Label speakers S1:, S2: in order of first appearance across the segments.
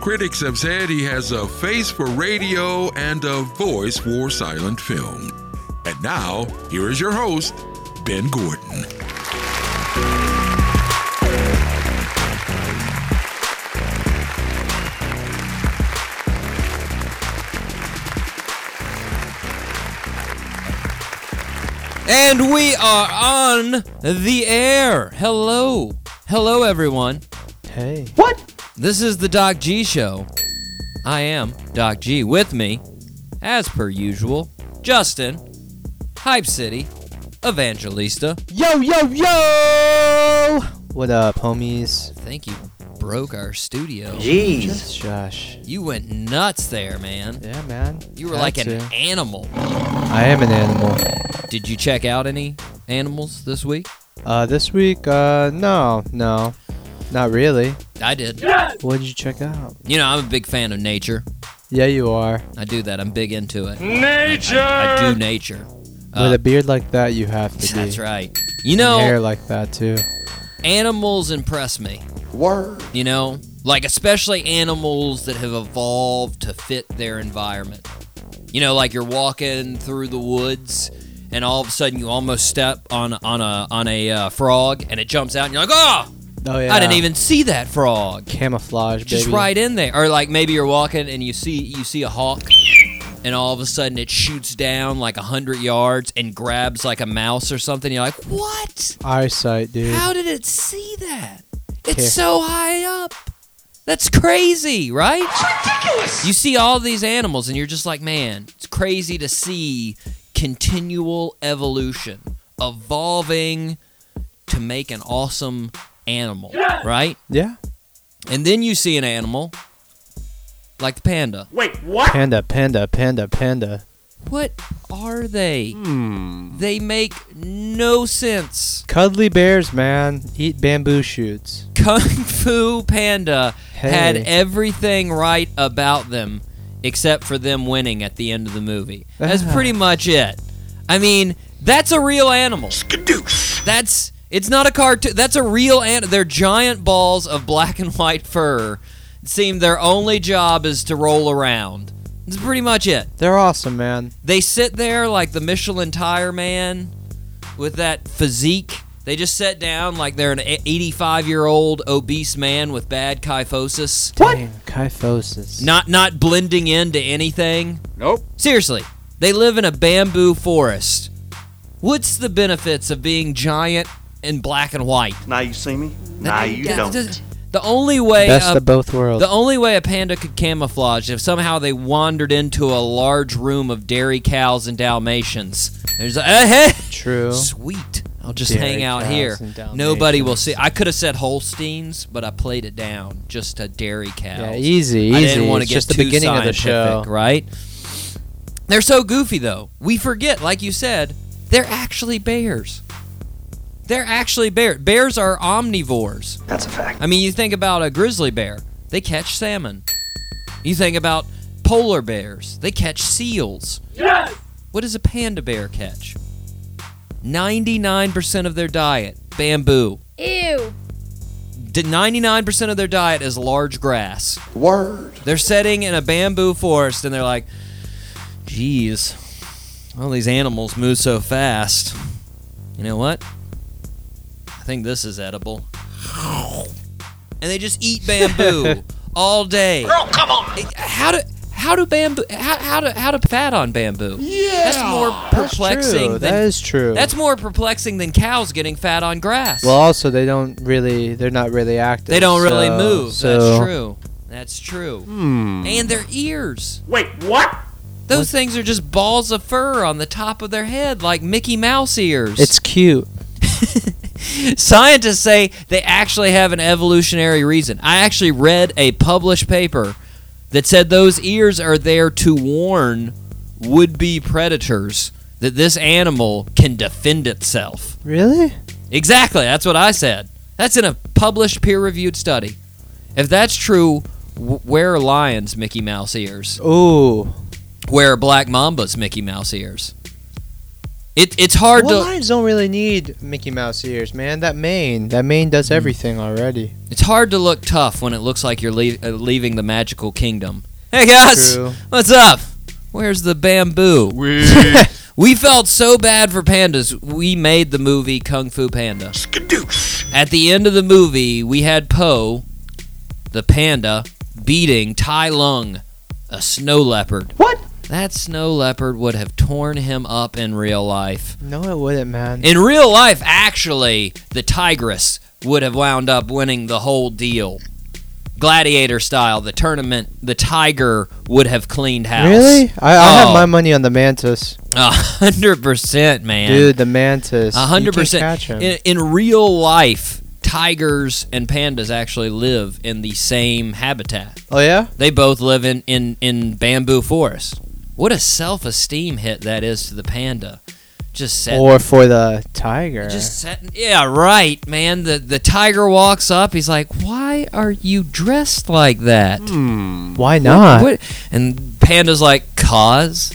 S1: critics have said he has a face for radio and a voice for silent film. And now, here is your host, Ben Gordon.
S2: And we are on the air. Hello. Hello, everyone.
S3: Hey.
S2: This is the Doc G Show. I am Doc G. With me, as per usual, Justin, Hype City, Evangelista.
S3: Yo, yo, yo! What up, homies?
S2: I think you broke our studio.
S4: Jeez.
S3: It's Josh.
S2: You went nuts there, man.
S3: Yeah, man.
S2: You were
S3: Had
S2: like an
S3: to.
S2: animal.
S3: I am an animal.
S2: Did you check out any animals this week?
S3: Uh, this week, uh, no, no. Not really.
S2: I did.
S3: What did you check out?
S2: You know, I'm a big fan of nature.
S3: Yeah, you are.
S2: I do that. I'm big into it. Nature. I, I do nature. Uh,
S3: With a beard like that, you have to be.
S2: That's right. You
S3: And Hair
S2: know,
S3: like that, too.
S2: animals impress me.
S4: Word.
S2: You know, like especially animals that have evolved to fit their environment. You know, like you're walking through the woods, and all of a sudden you almost step on on a on a uh, frog, and it jumps out, and you're like, oh,
S3: Oh, yeah.
S2: I didn't even see that frog.
S3: Camouflage, baby.
S2: Just right in there, or like maybe you're walking and you see you see a hawk. And all of a sudden, it shoots down like a hundred yards and grabs like a mouse or something. You're like, "What?
S3: Eyesight, dude.
S2: How did it see that? It's
S3: Here.
S2: so high up. That's crazy, right? ridiculous. You see all these animals, and you're just like, man, it's crazy to see continual evolution, evolving to make an awesome animal, right?
S3: Yeah.
S2: And then you see an animal like the panda.
S3: Panda, panda, panda, panda.
S2: What are they?
S3: Hmm.
S2: They make no sense.
S3: Cuddly bears, man. Eat bamboo shoots.
S2: Kung Fu Panda had
S3: Hey.
S2: everything right about them except for them winning at the end of the movie. That's
S3: Ah.
S2: pretty much it. I mean, that's a real animal. That's it's not a cartoon. That's a real animal. They're giant balls of black and white fur. It seemed their only job is to roll around. That's pretty much it.
S3: They're awesome, man.
S2: They sit there like the Michelin tire man with that physique. They just sit down like they're an 85 year old obese man with bad kyphosis,
S3: What? Damn, kyphosis.
S2: not not blending into anything.
S4: Nope.
S2: Seriously, they live in a bamboo forest. What's the benefits of being giant and black and white?
S4: Now you see me? Now you
S2: That- that
S4: don't.
S2: doesn't- The only way
S3: Best
S2: a-
S3: of both worlds.
S2: uh, The only way a panda could camouflage if somehow they wandered into a large room of dairy cows and Dalmatians. There's a, eh, heh.
S3: True.
S2: sweet. I'll just
S3: Dairy
S2: hang out
S3: cows
S2: here.
S3: and Dalmatians.
S2: Nobody will see. I could have said Holsteins, but I played it down just to dairy cows.
S3: Yeah, easy, easy.
S2: I didn't want to
S3: It's
S2: get
S3: just the
S2: too
S3: beginning of the show.
S2: scientific, right? They're so goofy though. We forget, like you said, they're actually bears. They're actually bear. Bears are omnivores.
S4: That's a fact.
S2: I mean, you think about a grizzly bear, they catch salmon. You think about polar bears, they catch seals. What does a panda bear catch? 99% of their diet, bamboo.
S5: Ew.
S2: D- 99% of their diet is large grass.
S4: Word.
S2: They're sitting in a bamboo forest and they're like, geez, all these animals move so fast. You know what? I think this is edible. And they just eat bamboo all day. Girl, come on. How do how do bamboo how, how do how do fat on bamboo? Yeah. That's more perplexing
S3: True.
S2: than
S3: That is true.
S2: that's more perplexing than cows getting fat on grass.
S3: well. Also, they don't really. They're not really active.
S2: They don't really
S3: so-
S2: move.
S3: So Hmm.
S2: That's true. That's true. And their ears. Wait, what? Those things are just balls of fur on the top of their head, like Mickey Mouse ears.
S3: It's cute.
S2: Scientists say they actually have an evolutionary reason. I actually read a published paper that said those ears are there to warn would be predators that this animal can defend itself.
S3: Really?
S2: Exactly. That's what I said. That's in a published peer reviewed study. If that's true, w- where are lions' Mickey Mouse ears?
S3: Ooh.
S2: Where are black mambas' Mickey Mouse ears? It, it's hard
S3: Well,
S2: to
S3: lions don't really need Mickey Mouse ears, man. That mane, that mane does everything already.
S2: it's hard to look tough when it looks like you're lea- uh, leaving the magical kingdom. Hey guys,
S3: True.
S2: what's up? Where's the bamboo?
S1: We
S2: We felt so bad for pandas. We made the movie Kung Fu Panda.
S1: skadoosh.
S2: At the end of the movie, we had Poe, the panda, beating Tai Lung, a snow leopard.
S4: What?
S2: That snow leopard would have torn him up in real life.
S3: No, it wouldn't, man.
S2: In real life, actually, the tigress would have wound up winning the whole deal. Gladiator style, the tournament, the tiger would have cleaned house.
S3: Really? I, I
S2: Oh.
S3: have my money on the mantis,
S2: A hundred percent, man.
S3: dude. The mantis.
S2: A hundred
S3: You can't
S2: percent.
S3: catch him.
S2: In, in real life, tigers and pandas actually live in the same habitat.
S3: oh yeah.
S2: They both live in in in bamboo forest. What a self-esteem hit that is to the panda. Just set.
S3: Or for the tiger.
S2: just setting, yeah, right, man. The the tiger walks up. He's like, "Why are you dressed like that?"
S3: Why Hmm, not?
S2: What? And panda's like, "Cause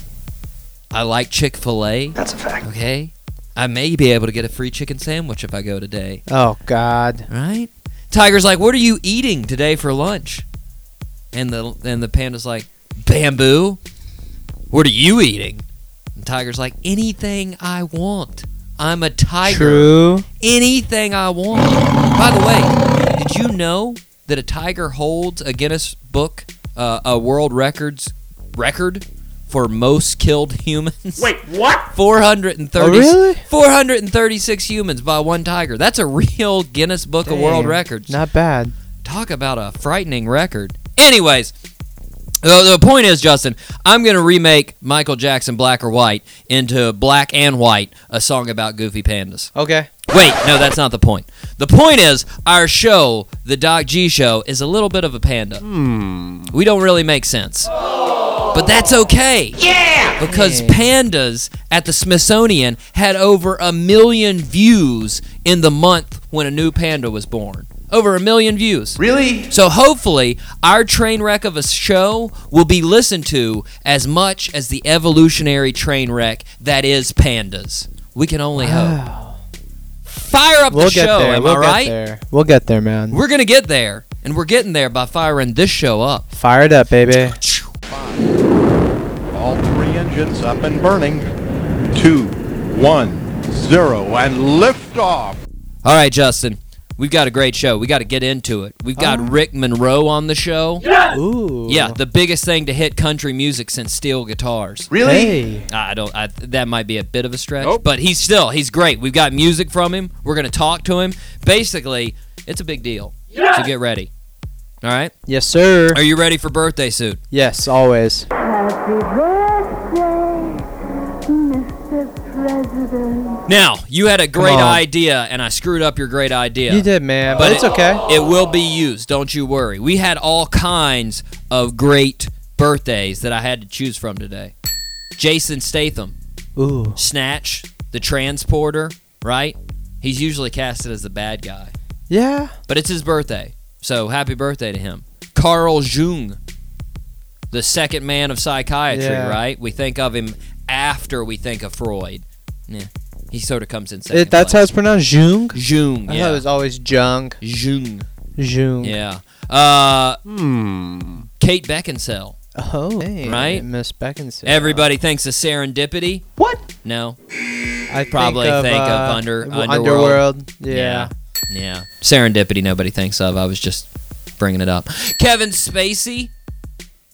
S2: I like Chick Fil A.
S4: That's a fact.
S2: Okay, I may be able to get a free chicken sandwich if I go today."
S3: Oh God.
S2: right? Tiger's like, "What are you eating today for lunch?" And the and the panda's like, "Bamboo." What are you eating? And Tiger's like, "Anything I want. I'm a tiger.
S3: True.
S2: Anything I want." By the way, did you know that a tiger holds a Guinness Book, uh, a world records record for most killed humans?
S4: Wait, what?
S2: 430
S3: Oh, really?
S2: 436 humans by one tiger. That's a real Guinness Book of World
S3: Damn.
S2: Records.
S3: Not bad.
S2: Talk about a frightening record. Anyways, the, the point is, Justin, I'm going to remake Michael Jackson Black or White into Black and White, a song about goofy pandas.
S3: Okay.
S2: Wait, no, that's not the point. The point is, our show, The Doc G Show, is a little bit of a panda. We don't really make sense. But that's okay. Yeah! Because pandas at the Smithsonian had over a million views in the month when a new panda was born. Over a million views.
S4: Really?
S2: So hopefully, our train wreck of a show will be listened to as much as the evolutionary train wreck that is pandas. We can only hope. Fire up
S3: We'll
S2: the
S3: get
S2: show,
S3: there.
S2: am I
S3: we'll get
S2: right?
S3: there. We'll get there, man.
S2: We're gonna get there, and we're getting there by firing this show up.
S3: Fire it up, baby.
S5: All three engines up and burning. Two, one, zero, and liftoff.
S2: All right, Justin, we've got a great show. We got to get into it. We've got Rick Monroe on the show. Yeah.
S3: Ooh.
S2: the biggest thing to hit country music since steel guitars.
S4: Really?
S3: Hey.
S2: I don't. I, that might be a bit of a stretch, but he's still he's great. We've got music from him. We're gonna talk to him. Basically, it's a big deal. So get ready. All right.
S3: Yes, sir.
S2: Are you ready for birthday suit?
S3: Yes, always.
S6: Happy birthday, Mr. President.
S2: Now you had a great
S3: on.
S2: idea, and I screwed up your great idea.
S3: You did, man. But,
S2: But
S3: it's
S2: it-
S3: okay.
S2: It will be used. Don't you worry. We had all kinds of great birthdays that I had to choose from today. Jason Statham,
S3: Ooh.
S2: Snatch, the transporter, right? He's usually casted as the bad guy.
S3: Yeah.
S2: But it's his birthday. So happy birthday to him. Carl Jung, the second man of psychiatry,
S3: Yeah.
S2: right? We think of him after we think of Freud. Yeah. He sort of comes in second.
S3: It, that's how it's pronounced. Jung.
S2: place. Jung,
S3: I thought it
S2: yeah.
S3: was always Jung.
S2: Jung.
S3: Jung. Hmm.
S2: Yeah. Uh, Kate Beckinsale.
S3: Oh. Hey,
S2: Right?
S3: Miss Beckinsale.
S2: Everybody thinks of serendipity.
S4: What?
S2: No.
S3: I think
S2: probably
S3: of,
S2: think of
S3: uh,
S2: Under-
S3: w-
S2: Underworld.
S3: Underworld. Yeah.
S2: Yeah. Yeah. Serendipity, nobody thinks of. I was just bringing it up. Kevin Spacey,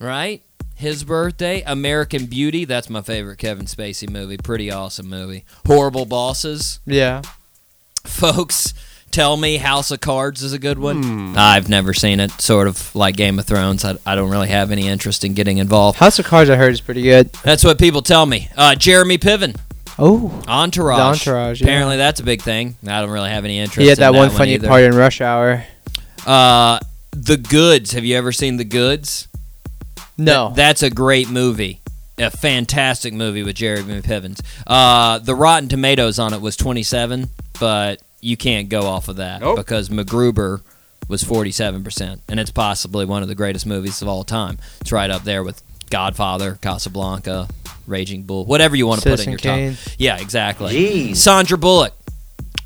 S2: right? His birthday. American Beauty. That's my favorite Kevin Spacey movie. Pretty awesome movie. Horrible Bosses.
S3: Yeah.
S2: Folks, tell me House of Cards is a good one.
S3: Hmm.
S2: I've never seen it. Sort of like Game of Thrones. I, I don't really have any interest in getting involved.
S3: House of Cards, I heard, is pretty good.
S2: That's what people tell me. Uh, Jeremy Piven.
S3: Oh.
S2: Entourage.
S3: The Entourage, yeah.
S2: Apparently, that's a big thing. I don't really have any interest.
S3: He had
S2: in
S3: that one
S2: one
S3: funny
S2: either.
S3: part in Rush Hour.
S2: Uh, the Goods. Have you ever seen The Goods?
S3: No.
S2: Th- that's a great movie. A fantastic movie with Jeremy Pivens. Uh, the Rotten Tomatoes on it was 27, but you can't go off of that
S5: Nope.
S2: because MacGruber was 47%, and it's possibly one of the greatest movies of all time. It's right up there with Godfather, Casablanca, Raging Bull, whatever you want to put in
S3: Citizen
S2: your
S3: Kane.
S2: top. Yeah, exactly.
S4: Jeez.
S2: Sandra Bullock.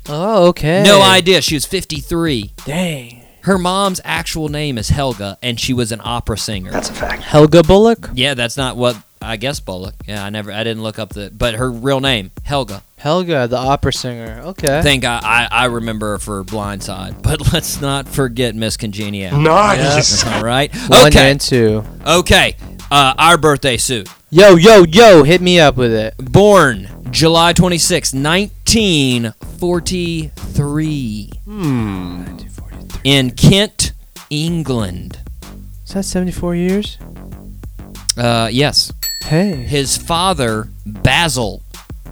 S3: Oh, okay.
S2: No idea. She was 53.
S3: Dang.
S2: Her mom's actual name is Helga, and she was an opera singer.
S4: That's a fact.
S3: Helga Bullock?
S2: yeah, that's not what I guess Bullock. Yeah, I never, I didn't look up the, but her real name, Helga.
S3: Helga, the opera singer. Okay.
S2: Thank God I, I remember her for Blindside, but let's not forget Miss Congeniality.
S4: Nice.
S2: All right.
S3: One
S2: Okay.
S3: and two.
S2: Okay. Uh, our birthday suit.
S3: Yo, yo, yo, hit me up with it.
S2: Born July 26, 1943.
S4: Hmm.
S2: In Kent, England.
S3: Is that 74 years?
S2: Uh, yes.
S3: Hey.
S2: His father, Basil.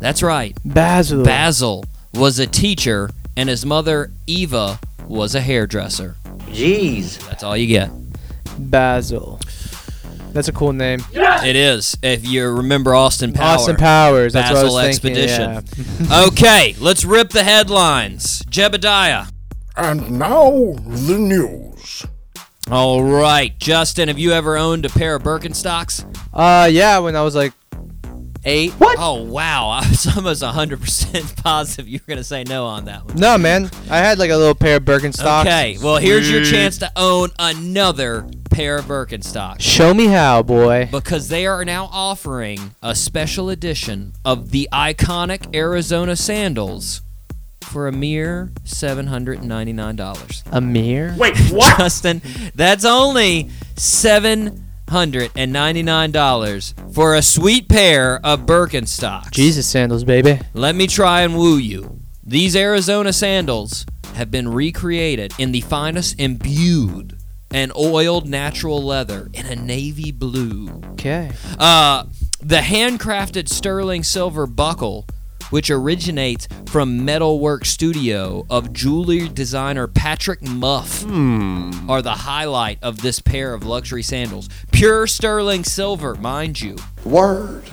S2: That's right.
S3: Basil.
S2: Basil was a teacher, and his mother, Eva, was a hairdresser.
S4: Jeez.
S2: That's all you get.
S3: Basil. That's a cool name.
S2: It is. If you remember Austin Powers.
S3: Austin Powers. That's
S2: Basil
S3: what I was
S2: Expedition.
S3: thinking.
S2: okay, let's rip the headlines. Jebediah.
S7: And now the news.
S2: All right, Justin, have you ever owned a pair of Birkenstocks?
S3: Yeah. Uh, yeah, when I was like eight.
S2: Oh wow, I was almost 100% positive you were going to say no on that one.
S3: No, man. I had like a little pair of Birkenstocks.
S2: Okay, well here's your chance to own another pair of Birkenstocks
S3: Show me how, boy.
S2: because they are now offering a special edition of the iconic Arizona sandals for a mere $799.
S3: Amir?
S4: Wait, what?
S2: Justin, that's only seven hundred and ninety nine dollars for a sweet pair of Birkenstocks.
S3: Jesus sandals, baby.
S2: Let me try and woo you. These Arizona sandals have been recreated in the finest imbued and oiled natural leather in a navy blue.
S3: Okay.
S2: Uh, the handcrafted sterling silver buckle, which originates from metalwork studio of jewelry designer Patrick Muff, are the highlight of this pair of luxury sandals. Pure sterling silver, mind you.
S4: Word.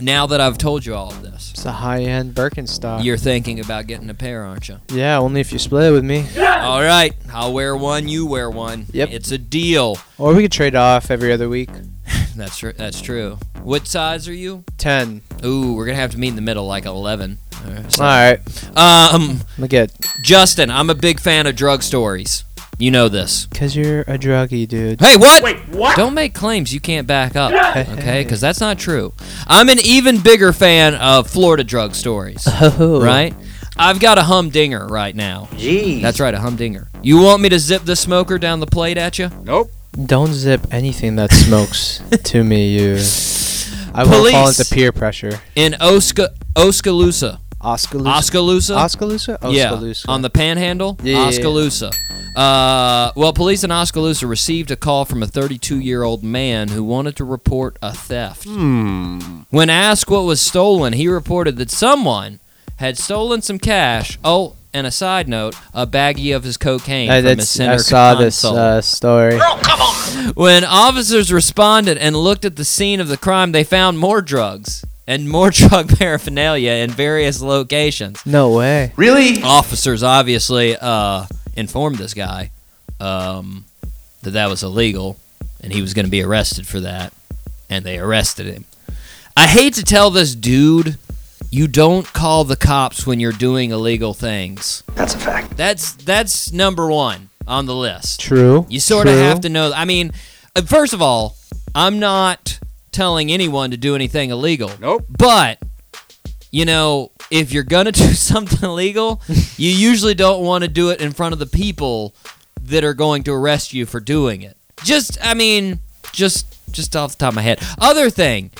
S2: Now that I've told you all of this,
S3: It's a high-end Birkenstock.
S2: you're thinking about getting a pair, aren't you?
S3: yeah, only if you split it with me.
S2: All right, I'll wear one. You wear one.
S3: Yep.
S2: It's a deal.
S3: Or we could trade off every other week.
S2: That's tr- that's true. What size are you?
S3: Ten.
S2: Ooh, we're gonna have to meet in the middle, like eleven. All right,
S3: All
S2: so-
S3: right.
S2: Um.
S3: Look at,
S2: Justin, I'm a big fan of drug stories. You know this.
S3: cause you're a druggie, dude.
S2: Hey, what? Wait, what? Don't make claims you can't back up, okay? Because that's not true. I'm an even bigger fan of Florida drug stories,
S3: Oh.
S2: right? I've got a humdinger right now.
S4: Jeez.
S2: That's right, a humdinger. You want me to zip the smoker down the plate at you?
S3: Don't zip anything that smokes to me, you. I will fall
S2: Police.
S3: into peer pressure.
S2: In Osca- Oskaloosa.
S3: Oskaloosa.
S2: Oskaloosa?
S3: Oskaloosa.
S2: Yeah,
S3: Oskaloosa.
S2: on the Panhandle,
S3: Yeah, yeah, yeah.
S2: Oskaloosa. Uh, well, police in Oskaloosa received a call from a 32-year-old man who wanted to report a theft.
S3: Hmm.
S2: When asked what was stolen, he reported that someone had stolen some cash. Oh, and a side note, a baggie of his cocaine
S3: I,
S2: from his
S3: that's,
S2: center
S3: I saw this
S2: console.
S3: uh, story.
S2: When officers responded and looked at the scene of the crime, they found more drugs and more drug paraphernalia in various locations.
S3: No way.
S4: Really?
S2: officers obviously uh, informed this guy um, that that was illegal and he was going to be arrested for that and they arrested him i hate to tell this dude you don't call the cops when you're doing illegal things
S4: That's a fact.
S2: that's that's number one on the list
S3: True.
S2: you sort of
S3: True.
S2: have to know i mean uh, first of all i'm not telling anyone to do anything illegal
S5: Nope.
S2: but you know, if you're gonna do something illegal, you usually don't want to do it in front of the people that are going to arrest you for doing it. Just, I mean, just, just off the top of my head. Other thing,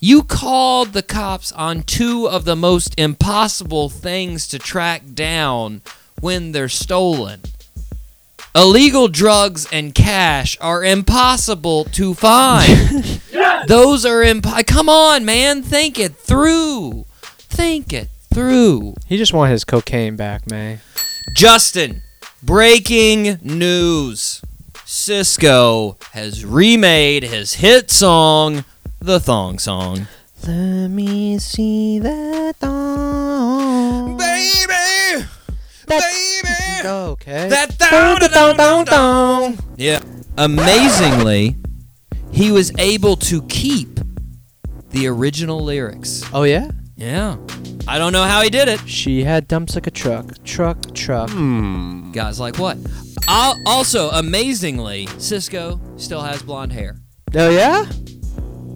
S2: you called the cops on two of the most impossible things to track down when they're stolen. Illegal drugs and cash are impossible to find. Those are imp. Come on, man. Think it through. Think it through.
S3: He just wanted his cocaine back, man.
S2: Justin, breaking news. Cisco has remade his hit song, The Thong Song.
S3: Let me see that thong.
S2: Baby! Baby!
S3: Okay.
S2: That thong, thong, thong, thong. Yeah. Amazingly, he was able to keep the original lyrics.
S3: Oh yeah.
S2: Yeah. I don't know how he did it.
S3: She had dumps like a truck, truck, truck.
S2: Hmm. Guys like what? Al- also, amazingly, Cisco still has blonde hair.
S3: Oh yeah.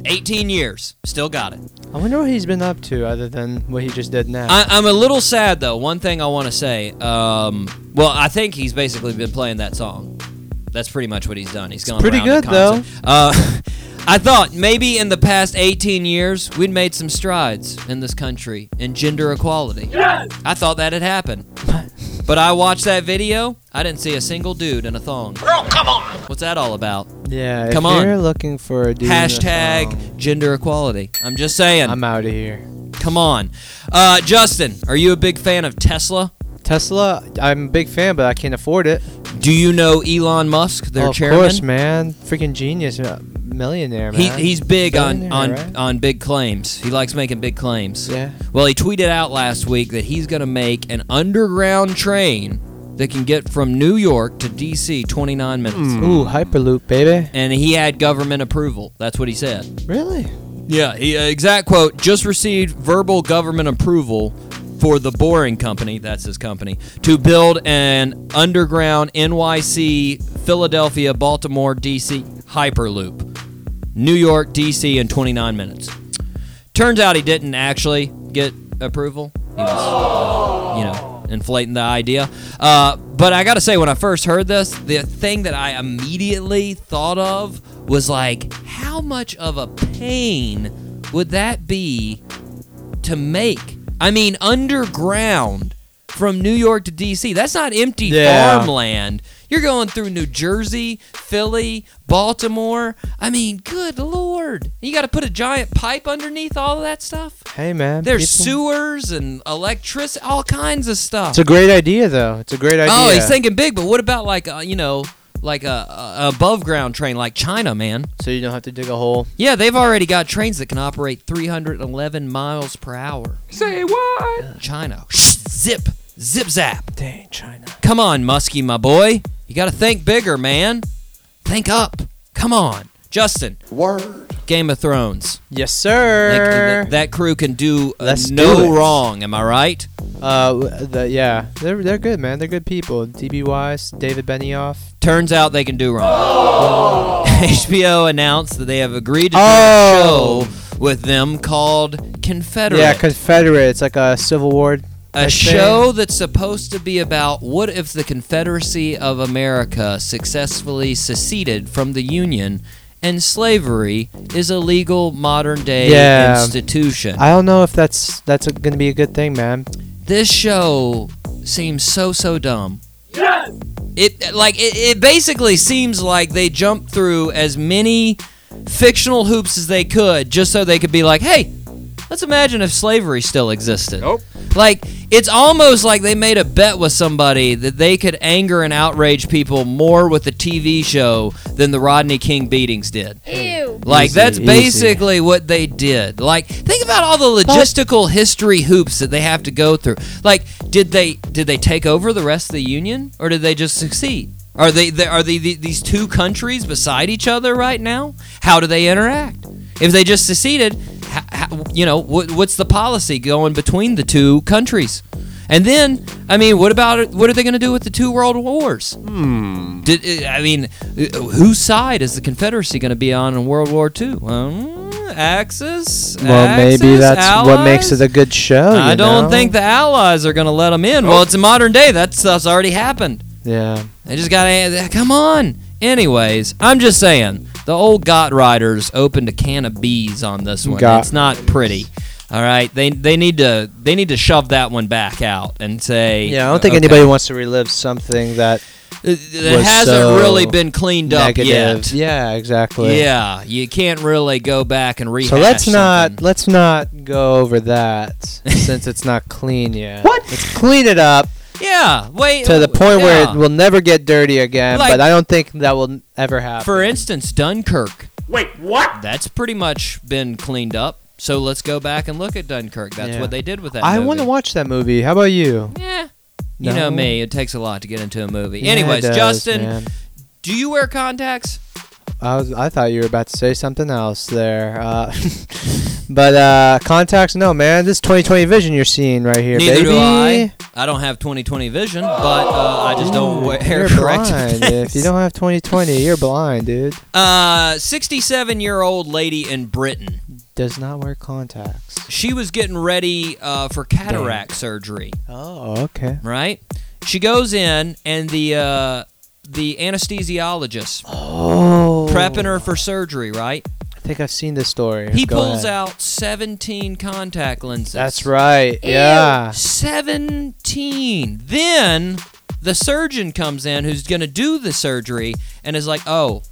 S2: 18 years, still got it.
S3: I wonder what he's been up to other than what he just did now.
S2: I, I'm a little sad though. One thing I want to say. Um, well, I think he's basically been playing that song. That's pretty much what he's done. He's gone
S3: pretty
S2: around the
S3: good, though.
S2: concert. Uh, I thought maybe in the past 18 years we'd made some strides in this country in gender equality. I thought that had happened. But I watched that video. I didn't see a single dude in a thong. Girl, come on! What's that all about?
S3: yeah. If
S2: Come on.
S3: You're looking for a dude in a thong,
S2: Hashtag gender equality. I'm just saying.
S3: I'm out of here.
S2: Come on. Uh, Justin, are you a big fan of Tesla?
S3: Tesla. I'm a big fan, but I can't afford it.
S2: Do you know Elon Musk, their
S3: of
S2: chairman?
S3: course, man. Freaking genius, uh, millionaire, man.
S2: He, he's big on,
S3: Billionaire,
S2: on,
S3: right?
S2: on big claims. He likes making big claims.
S3: Yeah.
S2: Well, he tweeted out last week that he's going to make an underground train that can get from New York to D.C. 29 minutes.
S3: Ooh, Hyperloop, baby.
S2: And he had government approval. That's what he said.
S3: Really?
S2: Yeah, he, uh, exact quote. Just received verbal government approval for the Boring Company, that's his company, to build an underground NYC, Philadelphia, Baltimore, D.C. Hyperloop. New York, D.C. in 29 minutes. Turns out he didn't actually get approval. He was, you know, inflating the idea. Uh, but I gotta say, when I first heard this, the thing that I immediately thought of was like, how much of a pain would that be to make? I mean, underground from New York to D.C. That's not empty
S3: Yeah.
S2: farmland. You're going through New Jersey, Philly, Baltimore. I mean, good lord. You got to put a giant pipe underneath all of that stuff?
S3: Hey, man.
S2: There's
S3: people-
S2: sewers and electricity, all kinds of stuff.
S3: It's a great idea, though. It's a great idea.
S2: oh, he's thinking big, but what about like uh, you know, like a, a above ground train like China, man?
S3: so you don't have to dig a hole.
S2: Yeah, they've already got trains that can operate 311 miles per hour. Say what? China. Zip, zip, zap.
S3: Dang, China.
S2: Come on, Muskie, my boy. You got to think bigger, man. Think up. Come on, Justin.
S4: Word.
S2: Game of Thrones.
S3: Yes,
S2: Like,
S3: sir.
S2: th- that crew can do uh,
S3: Let's
S2: no
S3: do it.
S2: wrong. Am I right?
S3: uh, w- the, yeah, they're they're good, man. They're good people. DB Wise, David Benioff.
S2: Turns out they can do wrong. HBO announced that they have agreed to do
S3: Oh.
S2: a show with them called Confederate.
S3: Yeah, Confederate. It's like a Civil War.
S2: a
S3: type
S2: show that's supposed to be about what if the Confederacy of America successfully seceded from the Union and slavery is a legal modern day
S3: Yeah.
S2: institution.
S3: Thing. I don't know if that's that's a, gonna be a good thing, man.
S2: this show seems so so dumb. It like it, it basically seems like they jumped through as many fictional hoops as they could just so they could be like, hey, let's imagine if slavery still existed. Nope. Like it's almost like they made a bet with somebody that they could anger and outrage people more with the TV show than the Rodney King beatings did. Ew. Like
S3: Easy,
S2: that's
S3: easy.
S2: basically what they did. Like think about all the logistical history hoops that they have to go through. Like did they did they take over the rest of the union or did they just succeed? Are they, they are they, the- these two countries beside each other right now? How do they interact? If they just seceded, ha, ha, you know, what, what's the policy going between the two countries? And then, I mean, what about what are they going to do with the two world wars? Hmm. Did, I mean, uh, whose side is the Confederacy going to be on in World War II? Um, Axis.
S3: Well, maybe
S2: Axis?
S3: that's what makes
S2: Allies?
S3: it a good show.
S2: I
S3: you
S2: don't
S3: know?
S2: think the Allies are going to let them in. Well, it's a modern day. That stuff's already happened.
S3: Yeah.
S2: They just gotta uh, come on. Anyways, I'm just saying the old Got Riders opened a can of bees on this one.
S3: Got-
S2: it's not pretty. All right, they they need to they need to shove that one back out and say. uh,
S3: Yeah, I don't think
S2: okay,
S3: anybody wants to relive something that
S2: It it
S3: was
S2: hasn't
S3: so
S2: really been cleaned up
S3: negative.
S2: yet.
S3: Yeah, exactly.
S2: Yeah, you can't really go back and rehash.
S3: So let's not
S2: something.
S3: let's not go over that since it's not clean yet. What? Let's clean it up
S2: Yeah, wait.
S3: to the point where
S2: yeah.
S3: it will never get dirty again.
S2: Like-
S3: but I don't think that will n- ever happen.
S2: For instance, Dunkirk. Wait, what? That's pretty much been cleaned up. So let's go back and look at Dunkirk. That's
S3: Yeah.
S2: what they did with that.
S3: I
S2: movie.
S3: want to watch that movie. How about you?
S2: Yeah. You know
S3: No?
S2: me, it takes a lot to get into a movie.
S3: Yeah, it
S2: Anyways,
S3: does,
S2: Justin,
S3: man.
S2: do you wear contacts?
S3: I, was, I thought you were about to say something else there. Uh, but uh, contacts, no, man. This is 2020 vision you're seeing right here,
S2: Neither
S3: baby.
S2: do I. I don't have 20/20 vision, but uh, I just don't wear
S3: You're
S2: correct.
S3: blind.
S2: things.
S3: If you don't have 2020, you're blind, dude.
S2: Uh, 67-year-old lady in Britain.
S3: Does not wear contacts.
S2: She was getting ready uh, for cataract surgery.
S3: Oh, okay.
S2: Right? She goes in, and the uh, the anesthesiologist
S3: Oh.
S2: prepping her for surgery. Right?
S3: I think I've seen this story.
S2: He
S3: Go
S2: pulls
S3: ahead.
S2: out 17 contact lenses.
S3: That's right. Yeah.
S2: 17. Then the surgeon comes in who's going to do the surgery and is like, oh,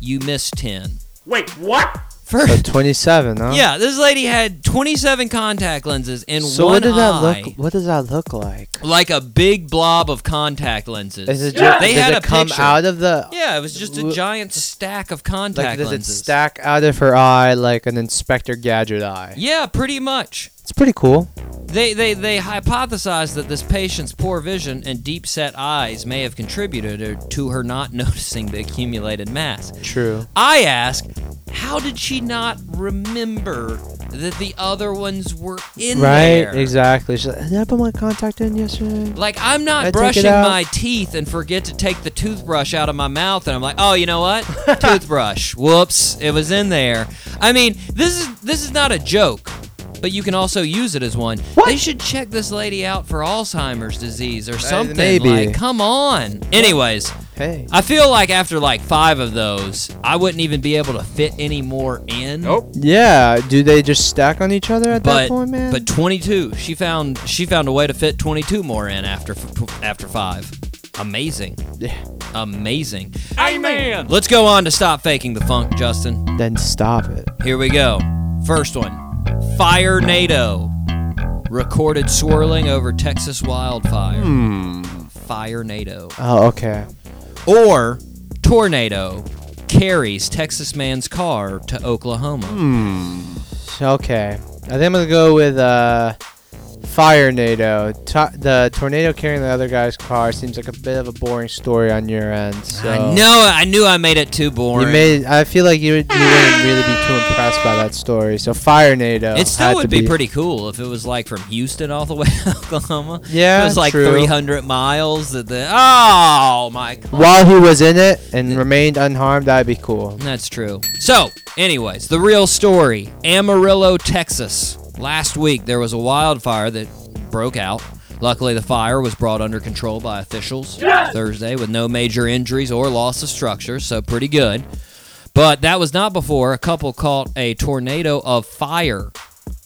S2: you missed 10. Wait, what?
S3: So
S2: First,
S3: 27, huh?
S2: yeah, this lady had 27 contact lenses in
S3: So
S2: one
S3: what does that
S2: eye.
S3: look? What does that look like?
S2: Like a big blob of contact lenses.
S3: Is it just,
S2: they
S3: does
S2: had
S3: it
S2: a
S3: come
S2: picture.
S3: out of the
S2: Yeah, it was just a
S3: Wh-
S2: giant stack of contact
S3: like does it
S2: lenses.
S3: stack out of her eye like an Inspector Gadget eye?
S2: yeah, pretty much.
S3: It's pretty cool.
S2: They, they, they hypothesized that this patient's poor vision and deep set eyes may have contributed to- to her not noticing the accumulated mass.
S3: True.
S2: I ask, how did she not remember that the other ones were in
S3: Right?
S2: there?
S3: Exactly. She's like, Did I put my contact in yesterday?
S2: Like, I'm not
S3: I take it
S2: brushing
S3: out.
S2: my teeth and forget to take the toothbrush out of my mouth, and I'm like, oh, you know what? toothbrush. Whoops, it was in there. I mean, this is this is not a joke, but you can also use it as one. They should check this lady out for Alzheimer's disease or something.
S3: maybe.
S2: Like, come on. Anyways,
S3: Hey.
S2: I feel like after like five of those, I wouldn't even be able to fit any more in.
S5: Nope.
S3: Yeah. Do they just stack on each other at
S2: But
S3: that point, man?
S2: but 22, she found she found a way to fit 22 more in after f- tw- after five. Amazing,
S3: Yeah.
S2: amazing. Amen. Let's go on to stop faking the funk, Justin.
S3: Then stop it.
S2: Here we go. First one, fire NATO, recorded swirling over Texas wildfire.
S3: Hmm.
S2: Fire NATO
S3: Oh, okay.
S2: or tornado carries Texas man's car to Oklahoma.
S3: Hmm. So, Okay. I think I'm gonna go with uh, Fire Nado. To- the tornado carrying the other guy's car seems like a bit of a boring story on your end. So
S2: I know. I knew I made it too
S3: You
S2: boring.
S3: made. I feel like you, would- you wouldn't really be too impressed by that story. So Fire Nado.
S2: it still
S3: had to
S2: would be, pretty cool if it was like from Houston all the way to Oklahoma.
S3: Yeah,
S2: it was like
S3: true.
S2: 300 miles. That the oh my god,
S3: While he was in it and remained unharmed, that'd be cool.
S2: that's true. So, anyways, the real story: Amarillo, Texas. Last week there was a wildfire that broke out. Luckily, the fire was brought under control by officials Thursday with no major injuries or loss of structure, so pretty good. But that was not before a couple caught a tornado of fire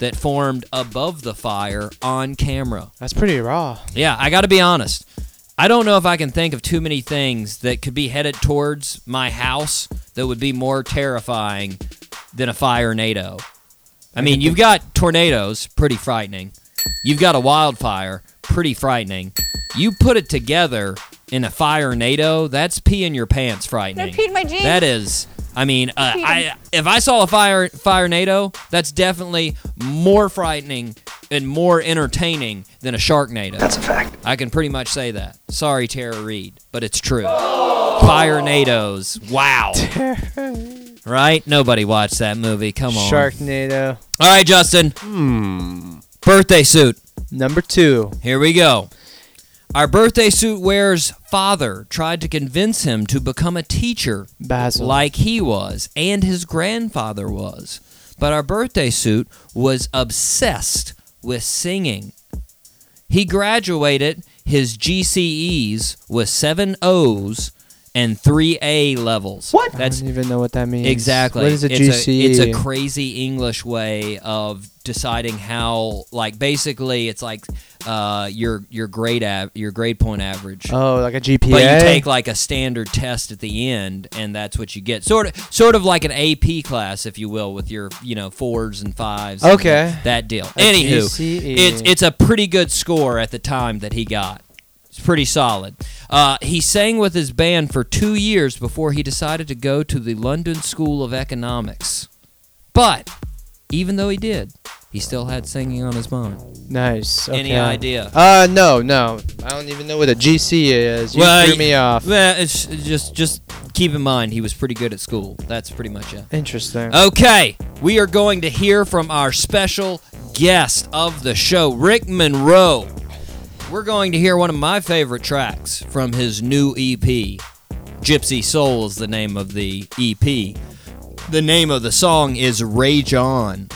S2: that formed above the fire on camera.
S3: That's pretty raw.
S2: Yeah, I got to be honest. I don't know if I can think of too many things that could be headed towards my house that would be more terrifying than a fire NATO. I mean, you've got tornadoes, pretty frightening. You've got a wildfire, pretty frightening. You put it together in a fire NATO, that's pee in your pants frightening.
S8: I peed my jeans.
S2: That is, I mean, uh, I if I saw a fire fire NATO, that's definitely more frightening and more entertaining than a shark NATO. That's a fact. I can pretty much say that. Sorry, Tara Reed, but it's true. Fire NATOs. Wow. right? Nobody watched that movie. Come on.
S3: Sharknado
S2: All right, Justin. Birthday suit.
S3: number two.
S2: Here we go. Our birthday suit wearer's father tried to convince him to become a teacher
S3: Basil.
S2: like he was and his grandfather was. But our birthday suit was obsessed with singing. He graduated his GCEs with seven O's and three A levels. What?
S3: I
S2: That's
S3: don't even know what that means.
S2: Exactly.
S3: What is a E
S2: it's
S3: GCE?
S2: A, it's a crazy English way of deciding how, like, basically, it's like uh, your your grade av- your grade point average.
S3: oh, like a GPA.
S2: but you take like a standard test at the end, and that's what you get. Sort of, sort of like an AP class, if you will, with your you know fours and fives. and
S3: Okay.
S2: that deal. Anywho,
S3: GCE.
S2: it's it's a pretty good score at the time that he got. It's pretty solid. Uh, he sang with his band for two years before he decided to go to the London School of Economics. But even though he did, He still had singing on his mind.
S3: Nice. Okay.
S2: Any idea?
S3: Uh, no, no. I don't even know what a GC is. You threw
S2: y-
S3: me off.
S2: Well, it's just just keep in mind he was pretty good at school. That's pretty much it. Uh,
S3: Interesting.
S2: Okay, we are going to hear from our special guest of the show, Rick Monroe. We're going to hear one of my favorite tracks from his new EP. Gypsy Soul is the name of the EP. The name of the song is Rage On.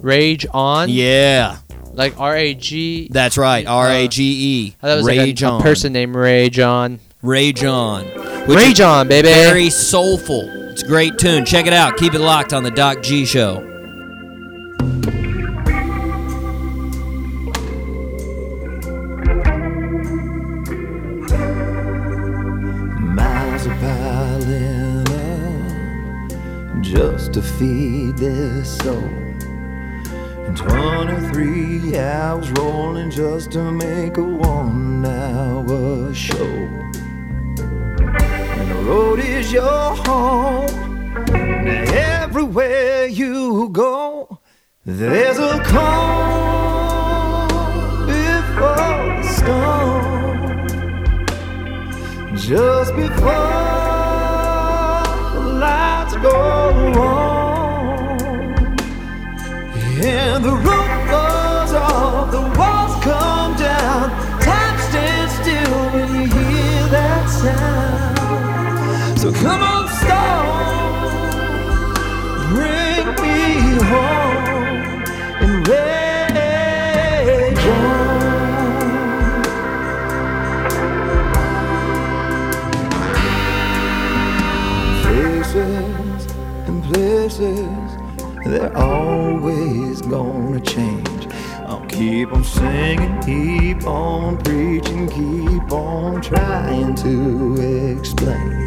S3: Rage on.
S2: Yeah,
S3: Like R A G.
S2: that's right. R A G E.
S3: I thought it Uh, was
S2: Rage
S3: like a,
S2: On.
S3: a person named Rage on.
S2: Rage On. which is
S3: Rage on, baby.
S2: Very soulful. It's a great tune. Check it out. Keep it locked on the Doc G Show.
S4: miles are piling up just to feed this soul. And 23 hours rolling just to make a one hour show. And the road is your home. Now everywhere you go, there's a calm before the storm just before the lights go on and the roof goes off, the walls come down, time stands still when you hear that sound. So come on, storm, bring me home and rage on. faces and places they're always gonna change i'll keep on singing keep on preaching keep on trying to explain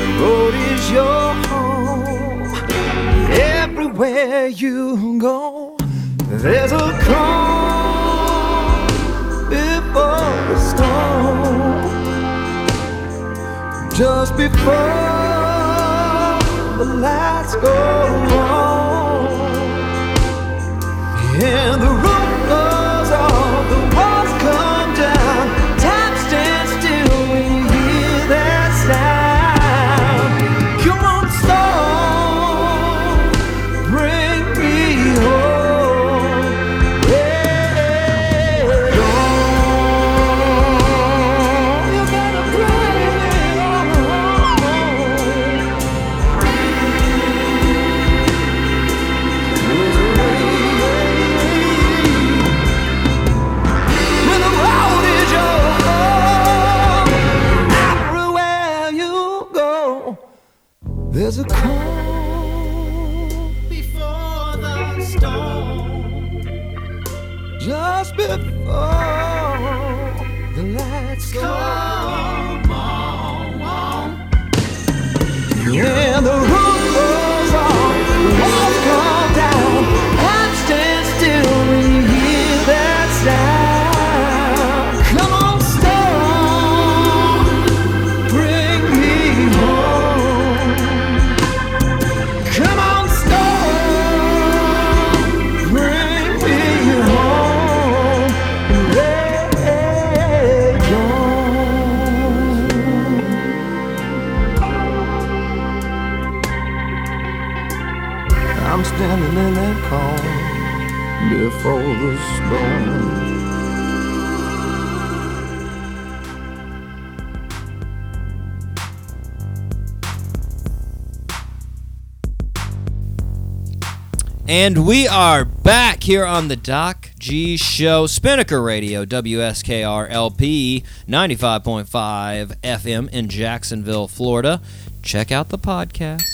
S4: the road is your home everywhere you go there's a calm before the storm just before the lights go on and the roof goes off, the walls come down, time stands still when you hear that sound. Come on, storm, bring me home. Yeah. You better bring me home. When the road is your home, everywhere you go, there's a calm before the storm. Just before the lights come on. Yeah, the roof goes on, the walls come down, time stands still when you hear that sound. Come on, storm, bring me home. Come on, storm, bring me home. Rage on. I'm standing in that calm before the storm.
S2: And we are back here on the Doc G Show, Spinnaker Radio, WSKR LP, 95.5 FM in Jacksonville, Florida. Check out the podcast.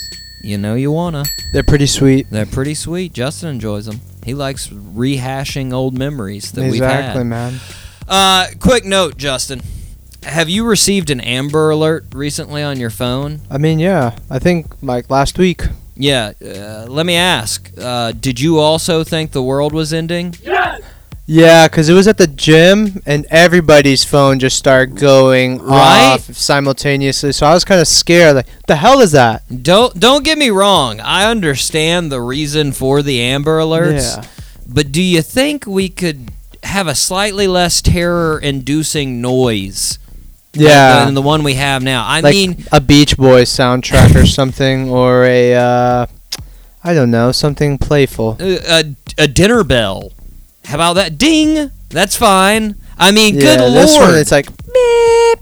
S2: You know you wanna.
S3: They're pretty sweet.
S2: They're pretty sweet. Justin enjoys them. He likes rehashing old memories that we've
S3: exactly,
S2: had.
S3: man.
S2: Uh, quick note, Justin. Have you received an Amber Alert recently on your phone?
S3: I mean, yeah. I think like last week.
S2: Yeah. Uh, let me ask. Uh, did you also think the world was ending? Yes.
S3: Yeah, because it was at the gym and everybody's phone just started going
S2: Right?
S3: off simultaneously. So I was kind of scared. Like, the hell is that?
S2: Don't don't get me wrong. I understand the reason for the Amber Alerts,
S3: Yeah.
S2: but do you think we could have a slightly less terror-inducing noise
S3: Yeah.
S2: than the one we have now? I
S3: like
S2: mean,
S3: a Beach Boys soundtrack or something, or a, uh, I don't know, something playful.
S2: uh, a, a- a dinner bell. How about that ding? That's fine. I mean, good
S3: yeah,
S2: lord!
S3: this one, it's like,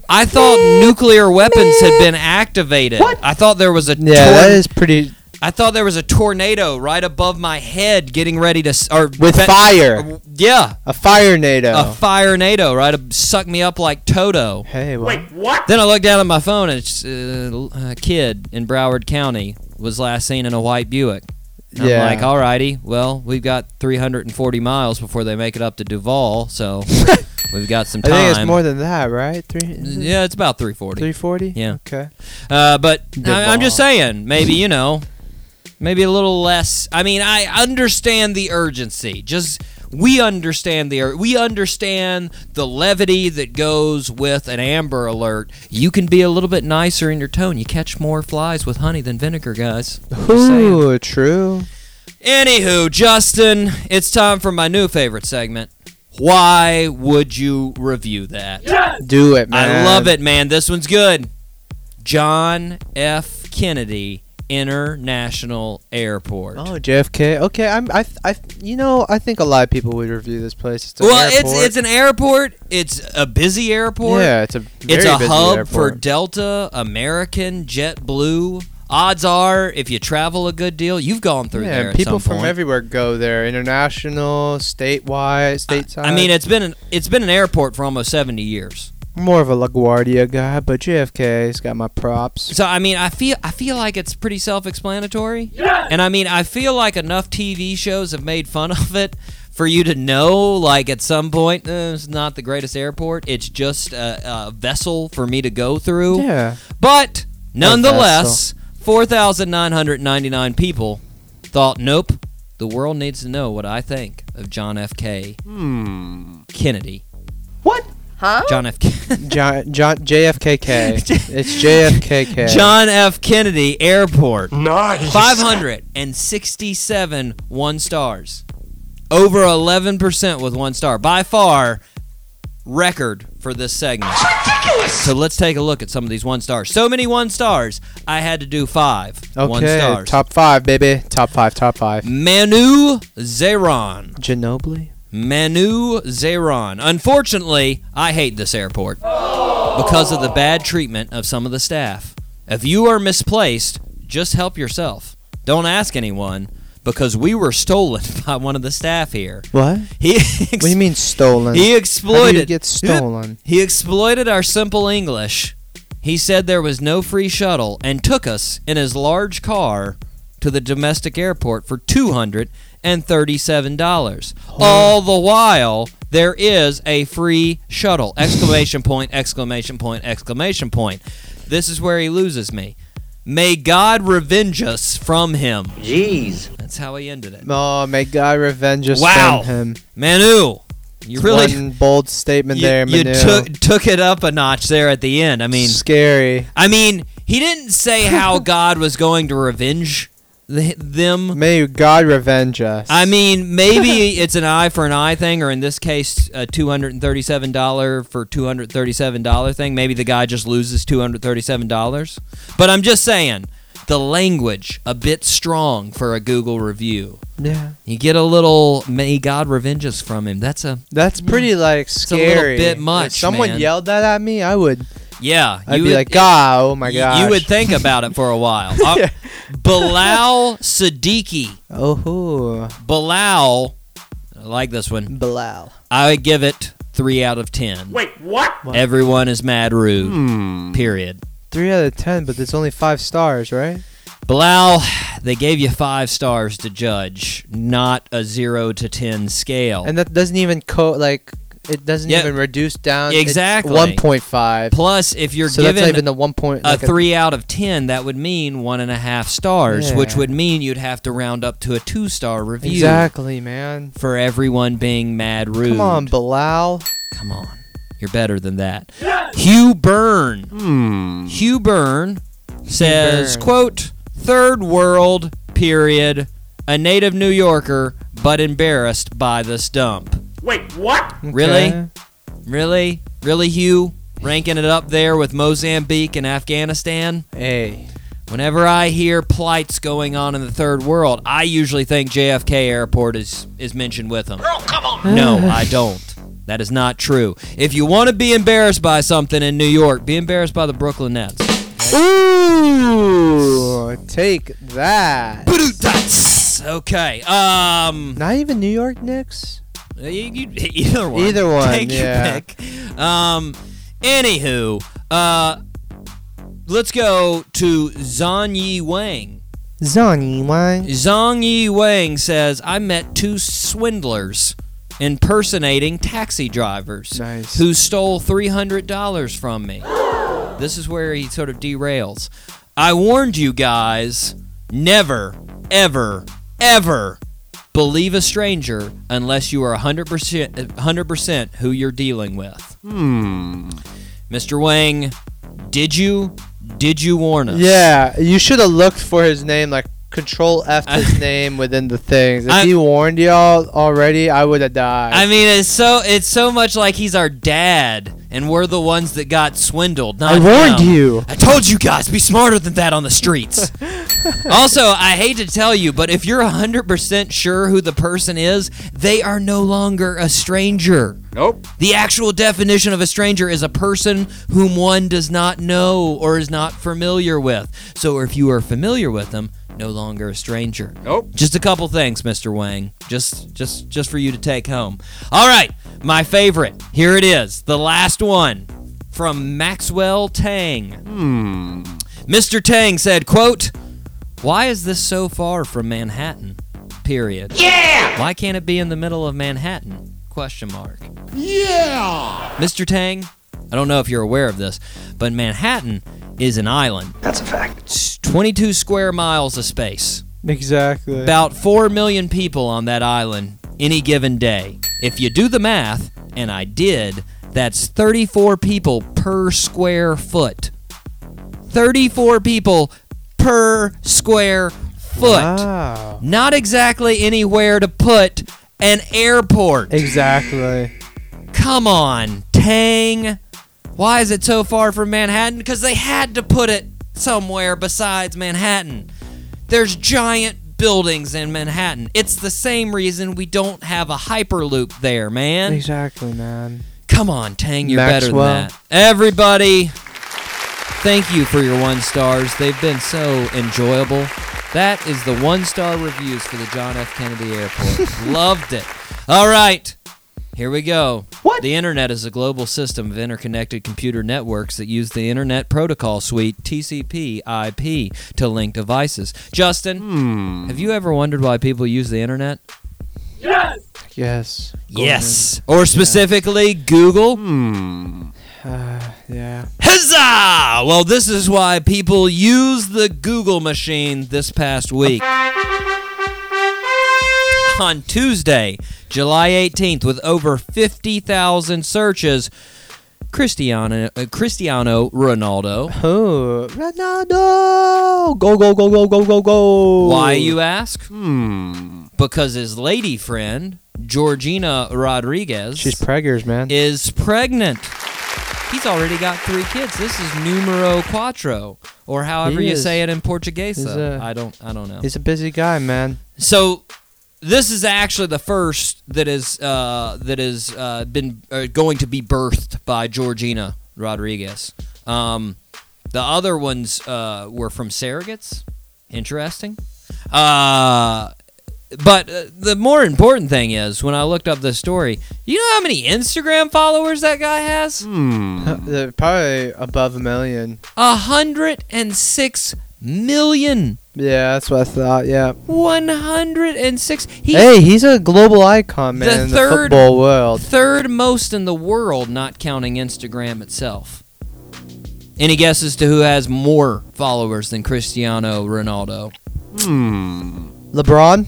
S2: I thought nuclear weapons had been activated. I thought there was a
S3: yeah,
S2: tor-
S3: that is pretty.
S2: I thought there was a tornado right above my head, getting ready to s- or
S3: With
S2: fe-
S3: fire. Oh.
S2: Yeah,
S3: A fire NATO.
S2: a fire NATO right to suck me up like Toto.
S3: hey, well,
S2: Then I looked down at my phone and it's, uh, a kid in Broward County was last seen in a white Buick. And
S3: Yeah.
S2: I'm like, alrighty, well, we've got 340 miles before they make it up to Duval, so we've got some
S3: I
S2: time.
S3: think it's more than that, right? Three,
S2: yeah, it's about 340.
S3: three forty.
S2: Yeah.
S3: Okay.
S2: Uh, but I, I'm
S3: ball.
S2: just saying, maybe you know, maybe a little less. I mean, I understand the urgency. Just we understand the ur- we understand the levity that goes with an Amber Alert. You can be a little bit nicer in your tone. You catch more flies with honey than vinegar, guys. Just saying.
S3: Ooh, true.
S2: Anywho, Justin, it's time for my new favorite segment. Why would you review that?
S3: Do it,
S2: I
S3: man.
S2: love it, man. This one's good. John F. Kennedy International Airport.
S3: Oh, JFK. Okay, I'm. I. I. You know, I think a lot of people would review this place. It's an
S2: well, it's
S3: airport.
S2: it's an airport. It's a busy airport.
S3: yeah, it's a.
S2: it's
S3: very
S2: a
S3: busy
S2: hub for
S3: airport.
S2: Delta, American, JetBlue. Odds are, if you travel a good deal, you've gone through
S3: Yeah,
S2: there.
S3: and
S2: at some
S3: people from
S2: point.
S3: everywhere go there. International, statewide, stateside.
S2: I mean, it's been an it's been an airport for almost seventy years.
S3: I'm more of a LaGuardia guy, but JFK's got my props.
S2: So I mean, I feel I feel like it's pretty self-explanatory. And I mean, I feel like enough TV shows have made fun of it for you to know, like at some point, eh, it's not the greatest airport. It's just a, a vessel for me to go through.
S3: Yeah.
S2: But nonetheless, four thousand nine hundred ninety-nine people thought, nope. The world needs to know what I think of John F. K. Kennedy. What? Huh? John F. Kennedy.
S3: John, John JFKK. it's JFKK.
S2: John F. Kennedy Airport. Nice. 567 one stars. Over 11% with one star. By far, record for this segment. So let's take a look at some of these one stars. So many one stars, I had to do five
S3: Okay,
S2: one stars.
S3: top five, baby. Top five, top five.
S2: Manu Zeron.
S3: Ginobili.
S2: Manu Zeron. Unfortunately, I hate this airport because of the bad treatment of some of the staff. If you are misplaced, just help yourself. Don't ask anyone because we were stolen by one of the staff here.
S3: What?
S2: He
S3: What do you mean stolen?
S2: He
S3: How do you
S2: exploited
S3: get stolen?
S2: He exploited our simple English. He said there was no free shuttle and took us in his large car to the domestic airport for two hundred and thirty-seven dollars. All the while, there is a free shuttle! Exclamation point! Exclamation point! Exclamation point! This is where he loses me. May God revenge us from him. Jeez, that's how he ended it.
S3: Oh, may God revenge us
S2: Wow.
S3: from him.
S2: Manu, you really
S3: One bold statement
S2: you,
S3: there,
S2: you
S3: Manu.
S2: took took it up a notch there at the end. I mean,
S3: Scary.
S2: I mean, he didn't say how God was going to revenge th- them.
S3: May God revenge us.
S2: I mean, maybe it's an eye for an eye thing, or in this case, a two hundred and thirty-seven dollar for two hundred thirty-seven dollar thing. Maybe the guy just loses two hundred thirty-seven dollars. But I'm just saying, the language a bit strong for a Google review.
S3: yeah.
S2: You get a little "May God revenge us" from him. That's a
S3: That's pretty like
S2: a
S3: scary.
S2: little bit
S3: If
S2: much,
S3: someone
S2: man.
S3: yelled that at me, I would.
S2: yeah.
S3: I'd
S2: you
S3: be
S2: would-
S3: like, God, oh my
S2: Y-
S3: God.
S2: You would think about it for a while. Uh, Bilal Siddiqui.
S3: Oh, hoo.
S2: Bilal, I like this one.
S3: Bilal.
S2: I would give it three out of ten. Wait, what? Everyone is mad rude.
S3: Hmm.
S2: Period.
S3: Three out of ten, but there's only five stars, right?
S2: Bilal, they gave you five stars to judge, not a zero to ten scale.
S3: And that doesn't even co like It doesn't
S2: Yeah.
S3: even reduce down. It's
S2: Exactly.
S3: 1.5.
S2: Plus, if you're
S3: so
S2: given
S3: that's not even the one point.
S2: a
S3: like
S2: three out of ten, that would mean one and a half stars, which
S3: Yeah.
S2: would mean you'd have to round up to a two star review
S3: Exactly, man.
S2: for everyone being mad rude.
S3: Come on, Bilal.
S2: Come on. You're better than that. Hugh Byrne. Hugh Byrne says,
S3: Byrne.
S2: quote, third world, period, a native New Yorker, but embarrassed by this dump. Really?
S3: Okay.
S2: Really? Really, Hugh? Ranking it up there with Mozambique and Afghanistan?
S3: Hey.
S2: Whenever I hear plights going on in the third world, I usually think JFK Airport is, is mentioned with them. No, I don't. That is not true. If you want to be embarrassed by something in New York, be embarrassed by the Brooklyn Nets.
S3: Ooh, take that.
S2: Okay. Um.
S3: Not even New York Knicks.
S2: Uh, you- you- either one.
S3: Either one,
S2: Take
S3: yeah.
S2: your pick. Um. Anywho, uh, let's go to Zhang Yi Wang.
S3: Zonny Wang.
S2: Zhang Yi Wang says, I met two swindlers impersonating taxi drivers
S3: Nice.
S2: who stole $300 from me. This is where he sort of derails. I warned you guys never, ever, ever believe a stranger unless you are 100%, 100% who you're dealing with. Hmm. Mr. Wang, did you? Did you warn us?
S3: Yeah, you should have looked for his name, like Control F his name within the things. If
S2: I-
S3: he warned y'all already, I would have died.
S2: I mean, it's so it's so much like he's our dad, and we're the ones that got swindled. Not
S3: I warned
S2: him.
S3: you.
S2: I told you guys, be smarter than that on the streets. also, I hate to tell you, but if you're 100% sure who the person is, they are no longer a stranger.
S5: Nope.
S2: The actual definition of a stranger is a person whom one does not know or is not familiar with. So if you are familiar with them, no longer a stranger.
S5: Nope.
S2: Just a couple things, Mr. Wang. Just just just for you to take home. All right, my favorite. Here it is. The last one from Maxwell Tang. Mr. Tang said, quote, "Why is this so far from Manhattan?" Period. Yeah. Why can't it be in the middle of Manhattan? Question mark. Mr. Tang, I don't know if you're aware of this, but Manhattan is an island. That's a fact. It's 22 square miles of space.
S3: exactly.
S2: About 4 million people on that island any given day. If you do the math, and I did, that's 34 people per square foot. 34 people per square foot.
S3: wow.
S2: Not exactly anywhere to put an airport.
S3: Exactly.
S2: Come on, Tang. Why is it so far from Manhattan? Because they had to put it somewhere besides Manhattan. There's giant buildings in Manhattan. It's the same reason we don't have a Hyperloop there, man.
S3: Exactly, man.
S2: Come on, Tang, you're
S3: Maxwell.
S2: better than that. Everybody, thank you for your one stars. They've been so enjoyable. That is the one star reviews for the John F. Kennedy Airport. Loved it. All right, here we go. What? The internet is a global system of interconnected computer networks that use the Internet Protocol Suite (TCP/IP) to link devices. Justin, have you ever wondered why people use the internet?
S3: Yes.
S2: Yes, Hmm. or specifically Google.
S3: Yeah.
S2: Huzzah! Well, this is why people use the Google machine this past week. On Tuesday, July 18th, with over 50,000 searches, Cristiano, uh, Cristiano Ronaldo.
S3: Oh, Ronaldo! Go, go, go, go, go, go, go.
S2: Why, you ask? Because his lady friend, Georgina Rodriguez,
S3: She's preggers, man.
S2: is pregnant. He's already got three kids. This is numero cuatro, or however
S3: He
S2: you
S3: is-
S2: say it in Portuguese.
S3: he's uh, a-
S2: I don't, I don't know.
S3: He's a busy guy, man.
S2: So this is actually the first that is uh, that is uh, been uh, going to be birthed by Georgina Rodriguez. Um, the other ones uh, were from surrogates. Interesting. Uh, but uh, the more important thing is when I looked up this story, you know how many Instagram followers that guy has?
S3: They're probably above a million.
S2: 106 million.
S3: Yeah, that's what I thought. Yeah.
S2: 106. He's
S3: hey, he's a global icon, man,
S2: The
S3: in the
S2: third-
S3: football world.
S2: third most in the world, not counting Instagram itself. Any guesses to who has more followers than Cristiano Ronaldo?
S3: LeBron,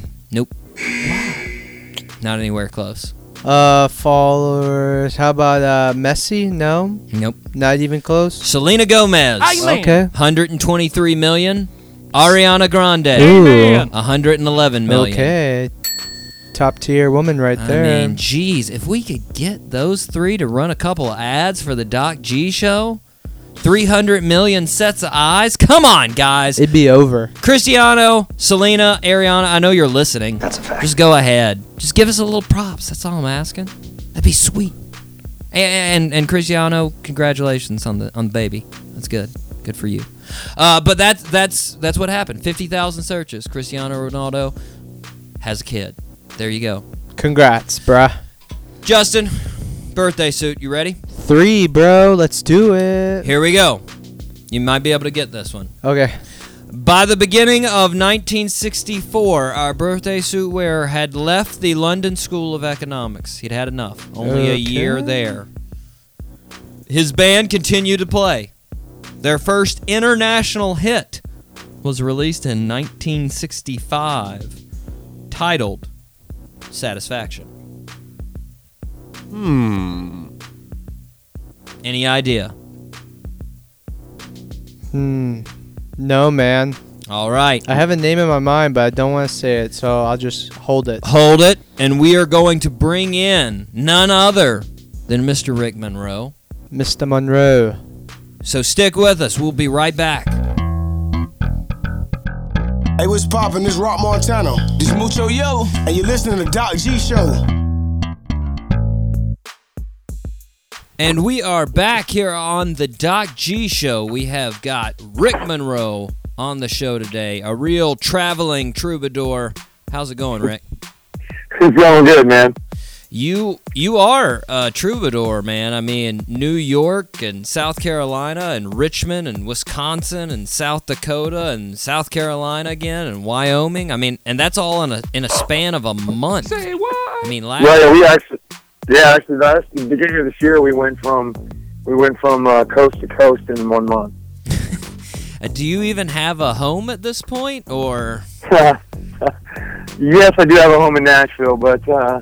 S2: Not anywhere close.
S3: uh, followers. How about uh, Messi? No,
S2: Nope.
S3: not even close.
S2: Selena Gomez.
S3: Okay.
S2: 123 million. Ariana Grande.
S3: Ooh.
S2: 111 million.
S3: Okay. Top tier woman right
S2: I
S3: there.
S2: mean, geez, if we could get those three to run a couple of ads for the Doc G show, 300 million sets of eyes. Come on, guys.
S3: It'd be over.
S2: Cristiano, Selena, Ariana, I know you're listening. That's a fact. Just go ahead. Just give us a little props. That's all I'm asking. That'd be sweet. And and, and Cristiano, congratulations on the on the baby. That's good. Good for you. Uh, but that's that's that's what happened. Fifty thousand searches. Cristiano Ronaldo has a kid. There you go.
S3: Congrats, bruh.
S2: Justin, birthday suit. You ready?
S3: Three, bro. Let's do it.
S2: Here we go. You might be able to get this one.
S3: Okay.
S2: By the beginning of 1964, our birthday suit wearer had left the London School of Economics. He'd had enough. Only a
S3: Okay.
S2: year there. His band continued to play. Their first international hit was released in 1965, titled Satisfaction. Hmm. Any idea?
S3: Hmm. No, man.
S2: All right.
S3: I have a name in my mind, but I don't want to say it, so I'll just hold it.
S2: Hold it, and we are going to bring in none other than Mr. Rick Monroe.
S3: Mr. Monroe.
S2: So stick with us. We'll be right back.
S8: Hey, what's poppin'? This Rock Montano. This Mucho Yo. And you're listening to Doc G Show.
S2: And we are back here on the Doc G Show. We have got Rick Monroe on the show today, a real traveling troubadour. How's it going, Rick?
S9: It's going good, man.
S2: You you are a troubadour, man. I mean, New York and South Carolina and Richmond and Wisconsin and South Dakota and South Carolina again and Wyoming. I mean, and that's all in a in a span of a month. Say what? I mean, last
S9: Well, yeah, we actually, yeah, actually, last the beginning of this year, we went from we went from uh, coast to coast in one month.
S2: uh, do you even have a home at this point or
S9: yes, I do have a home in Nashville, but uh,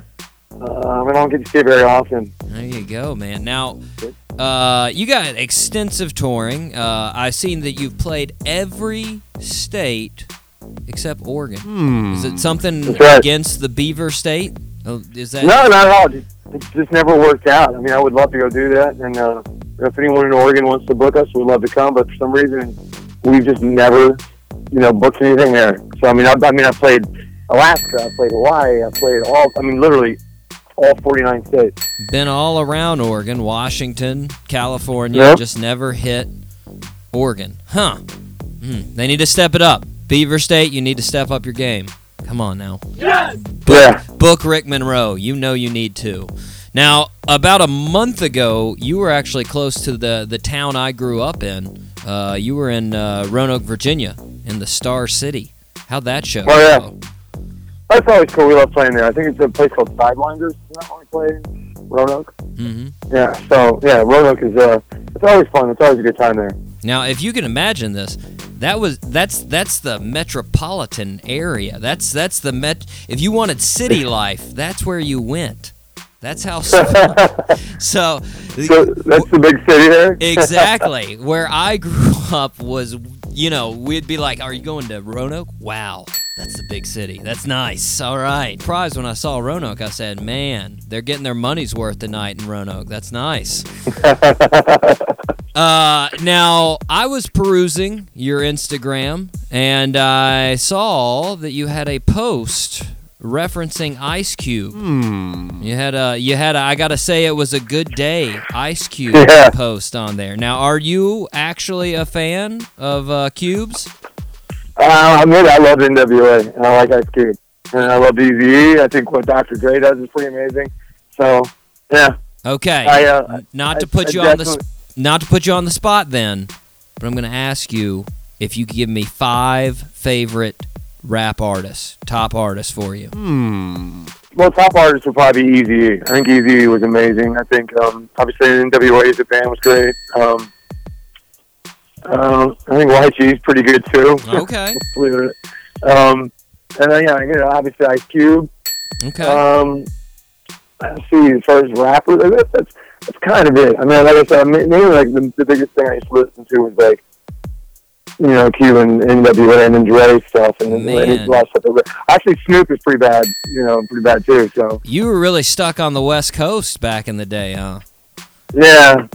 S9: uh, we don't get to see it very often.
S2: There you go, man. Now, uh, you got extensive touring. Uh, I've seen that you've played every state except Oregon. Is it something
S9: That's right.
S2: against the Beaver State? Oh, Is that
S9: No, not at all. Just, it's just never worked out. I mean, I would love to go do that, and uh, if anyone in Oregon wants to book us, we'd love to come. But for some reason, we've just never, you know, booked anything there. So I mean, I, I mean, I played Alaska, I played Hawaii, I played all. I mean, literally all 49 states.
S2: been all around Oregon, Washington, California,
S9: Yep.
S2: just never hit Oregon? Huh? Hmm. They need to step it up. Beaver State, you need to step up your game. Come on now.
S9: Yeah,
S2: Book Rick Monroe. You know you need to. Now, about a month ago, you were actually close to the, the town I grew up in. Uh, you were in uh, Roanoke, Virginia, in the Star City. How'd that show?
S9: Oh, yeah.
S2: go?
S9: that's always cool. We love playing there. I think it's a place called Sideliners. Is that one we played in Roanoke?
S2: Mhm.
S9: Yeah. So yeah, Roanoke is uh, it's always fun. It's always a good time there.
S2: Now, if you can imagine this, that was that's that's the metropolitan area. That's that's the met. If you wanted city life, that's where you went. That's how. so
S9: So that's the big city there.
S2: exactly where i grew up was you know we'd be like are you going to roanoke wow that's the big city that's nice all right surprised when i saw roanoke i said man they're getting their money's worth tonight in roanoke that's nice uh, now i was perusing your instagram and i saw that you had a post referencing ice cube
S9: Hmm.
S2: you had a you had a I gotta say it was a good day Ice Cube
S9: Yeah.
S2: post on there. Now, are you actually a fan of uh, cubes?
S9: Uh, I mean, I love NWA, and I like Ice Cube, and I love Eazy-E. I think what Dr. Dre does is pretty amazing. So, yeah,
S2: Okay,
S9: I, uh,
S2: not
S9: I-
S2: to put
S9: I
S2: you on the sp-
S9: definitely-
S2: not to put you on the spot then, but I'm gonna ask you if you could give me five favorite rap artists, top artists for you.
S9: Well, top artists would probably be Easy. I think Easy was amazing. I think um, obviously NWA as a band was great. Um, uh, I think YG is pretty good too.
S2: Okay.
S9: Believe it. or not. Um, and then yeah, you know, obviously Ice Cube.
S2: Okay.
S9: Um, let's see, as far as rappers, I guess that's that's kind of it. I mean, like I said, ma- mainly like the, the biggest thing I used to listen to was like, you know, Cuban NWA and then Dre stuff, and then
S2: Man.
S9: and a lot of stuff. that was- Actually, Snoop is pretty bad, you know, pretty bad too. So
S2: You were really stuck on the West Coast back in the day, huh?
S9: yeah,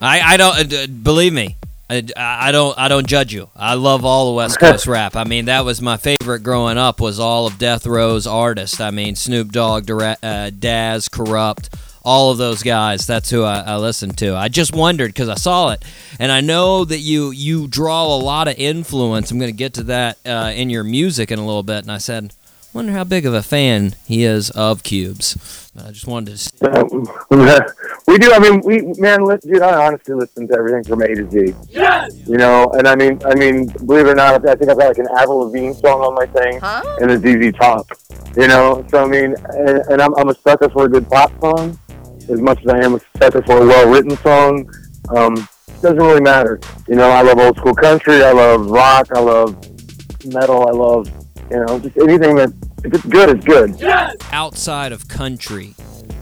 S2: I, I don't uh, d- believe me. I, I don't I don't judge you. I love all the West Coast rap. I mean, that was my favorite growing up. Was all of Death Row's artists. I mean, Snoop Dogg, Dra- uh, Daz, Corrupt, all of those guys. That's who I, I listened to. I just wondered because I saw it, and I know that you you draw a lot of influence. I'm going to get to that uh, in your music in a little bit. And I said, wonder how big of a fan he is of Cubes. I just wanted to. See.
S9: Uh, we do. I mean, we man, li- dude. I honestly listen to everything from A to Z. Yes. You know, and I mean, I mean, believe it or not, I think I've got like an Avril Lavigne song on my thing and a ZZ Top. You know, so I mean, and, and I'm, I'm a sucker for a good pop song as much as I am a sucker for a well-written song. Um, it doesn't really matter. You know, I love old school country. I love rock. I love metal. I love you know just anything that if it's good, it's good.
S2: outside of country,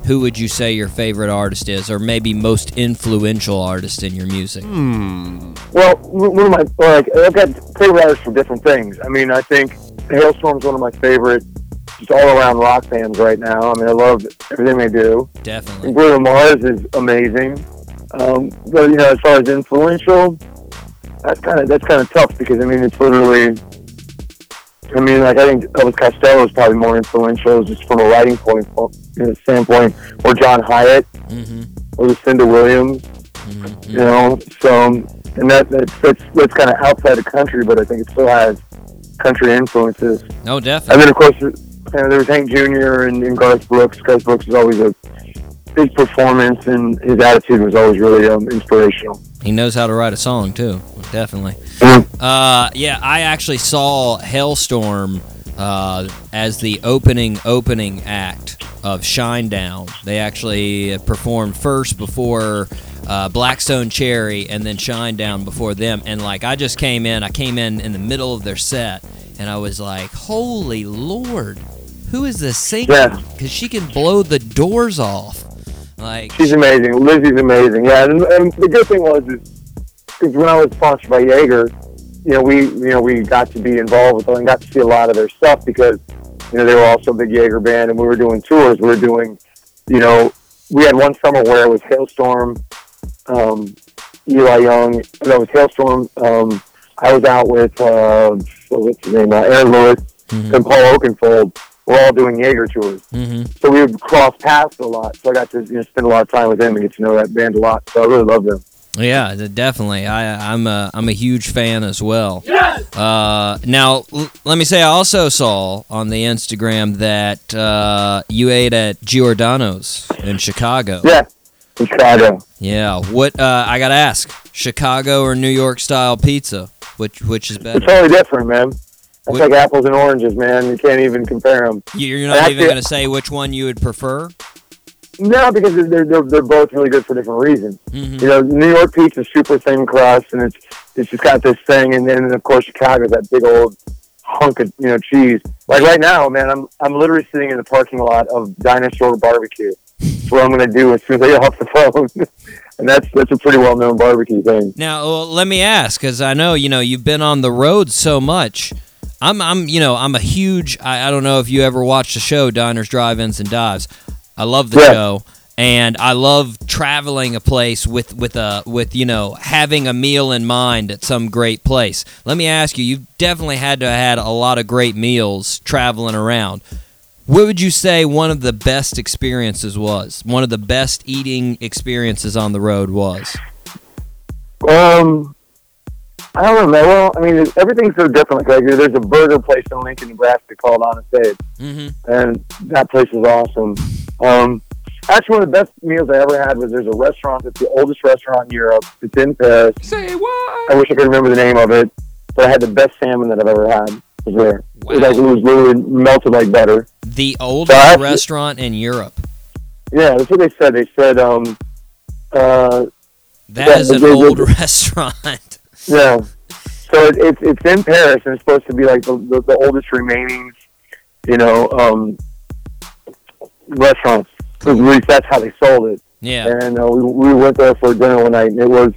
S2: who would you say your favorite artist is, or maybe most influential artist in your music?
S9: Well, w- one of my like I've got favorite artists for different things. I mean, I think Hailstorm's one of my favorite, just all around rock bands right now. I mean, I love everything they do.
S2: Definitely.
S9: Bruno Mars is amazing. Um, but you know, as far as influential, that's kind of that's kind of tough because I mean, it's literally. I mean, like I think Elvis Costello is probably more influential just from a writing point you know, standpoint, or John Hyatt,
S2: hmm
S9: or Lucinda Williams you know. So, and that that's that's, that's kind of outside the country, but I think it still has country influences.
S2: No, Oh, definitely.
S9: And then of course, you know, there was Hank Jr. and, and Garth Brooks. Garth Brooks was always a his performance and his attitude was always really um, inspirational.
S2: He knows how to write a song too. Definitely.
S9: Mhm.
S2: Uh, yeah, I actually saw Hailstorm uh, as the opening opening act of Shinedown. They actually performed first before uh, Blackstone Cherry and then Shinedown before them. And like, I just came in. I came in in the middle of their set, and I was like, "Holy Lord, who is this singer?
S9: Yeah.
S2: Because she can blow the doors off." Like,
S9: She's amazing. Lizzie's amazing. Yeah, and, and the good thing was is because when I was sponsored by Jaeger, you know, we you know we got to be involved with them and got to see a lot of their stuff because you know they were also a big Jaeger band and we were doing tours. We were doing, you know, we had one summer where it was Hailstorm, um, Eli Young. That was Hailstorm. Um, I was out with uh, what's his name? Uh, Aaron Lewis and Paul Oakenfold. We're all doing Jaeger tours
S2: hmm
S9: so we would cross paths a lot. So I got to you know, spend a lot of time with them and get to know that band a lot. So I really love them.
S2: Yeah, th- definitely. I, I'm a I'm a huge fan as well. Uh, now, l- let me say, I also saw on the Instagram that uh, you ate at Giordano's in Chicago.
S9: Yeah, in Chicago.
S2: Yeah. What? Uh, I gotta ask, Chicago or New York style pizza? Which which is
S9: It's
S2: better?
S9: totally different, man. It's
S2: Wh-
S9: like apples and oranges, man. You can't even compare them.
S2: You- You're not
S9: Actually-
S2: even gonna say which one you would prefer.
S9: No, because they're, they're they're both really good for different reasons.
S2: Mhm.
S9: You know, New York pizza's super thin crust, and it's it's just got this thing, and then of course Chicago's that big old hunk of you know cheese. Like right now, man, I'm I'm literally sitting in the parking lot of Dinosaur Barbecue. That's what I'm gonna do as soon as I get off the phone, and that's that's a pretty well known barbecue thing.
S2: Now, well, let me ask, because I know you know you've been on the road so much. I'm, I'm, you know, I'm a huge. I, I don't know if you ever watched the show Diners, Drive-ins, and Dives. I love the
S9: Yeah.
S2: show, and I love traveling a place with with a with you know having a meal in mind at some great place. Let me ask you. You've definitely had to have had a lot of great meals traveling around. What would you say one of the best experiences was? One of the best eating experiences on the road was?
S9: Um, I don't know, man. Well, I mean, it's- everything's so different. Like, there's a burger place in Lincoln, Nebraska called Honest Abe,
S2: Mm-hmm.
S9: and that place is awesome. Um, actually, one of the best meals I ever had was there's a restaurant that's the oldest restaurant in Europe. It's in Paris. Say what? I wish I could remember the name of it, but I had the best salmon that I've ever had. Was there? It was like it was literally melted like butter.
S2: The oldest
S9: Well, I-
S2: restaurant in Europe.
S9: Yeah, that's what they said. They said, um, uh, Yeah,
S2: That is an
S9: it- it-
S2: old
S9: it-
S2: restaurant.
S9: yeah. So it, it's it's in Paris, and it's supposed to be like the, the, the oldest remaining, you know, um, restaurant. At least that's how they sold it.
S2: Yeah.
S9: And uh, we, we went there for dinner one night, and it was,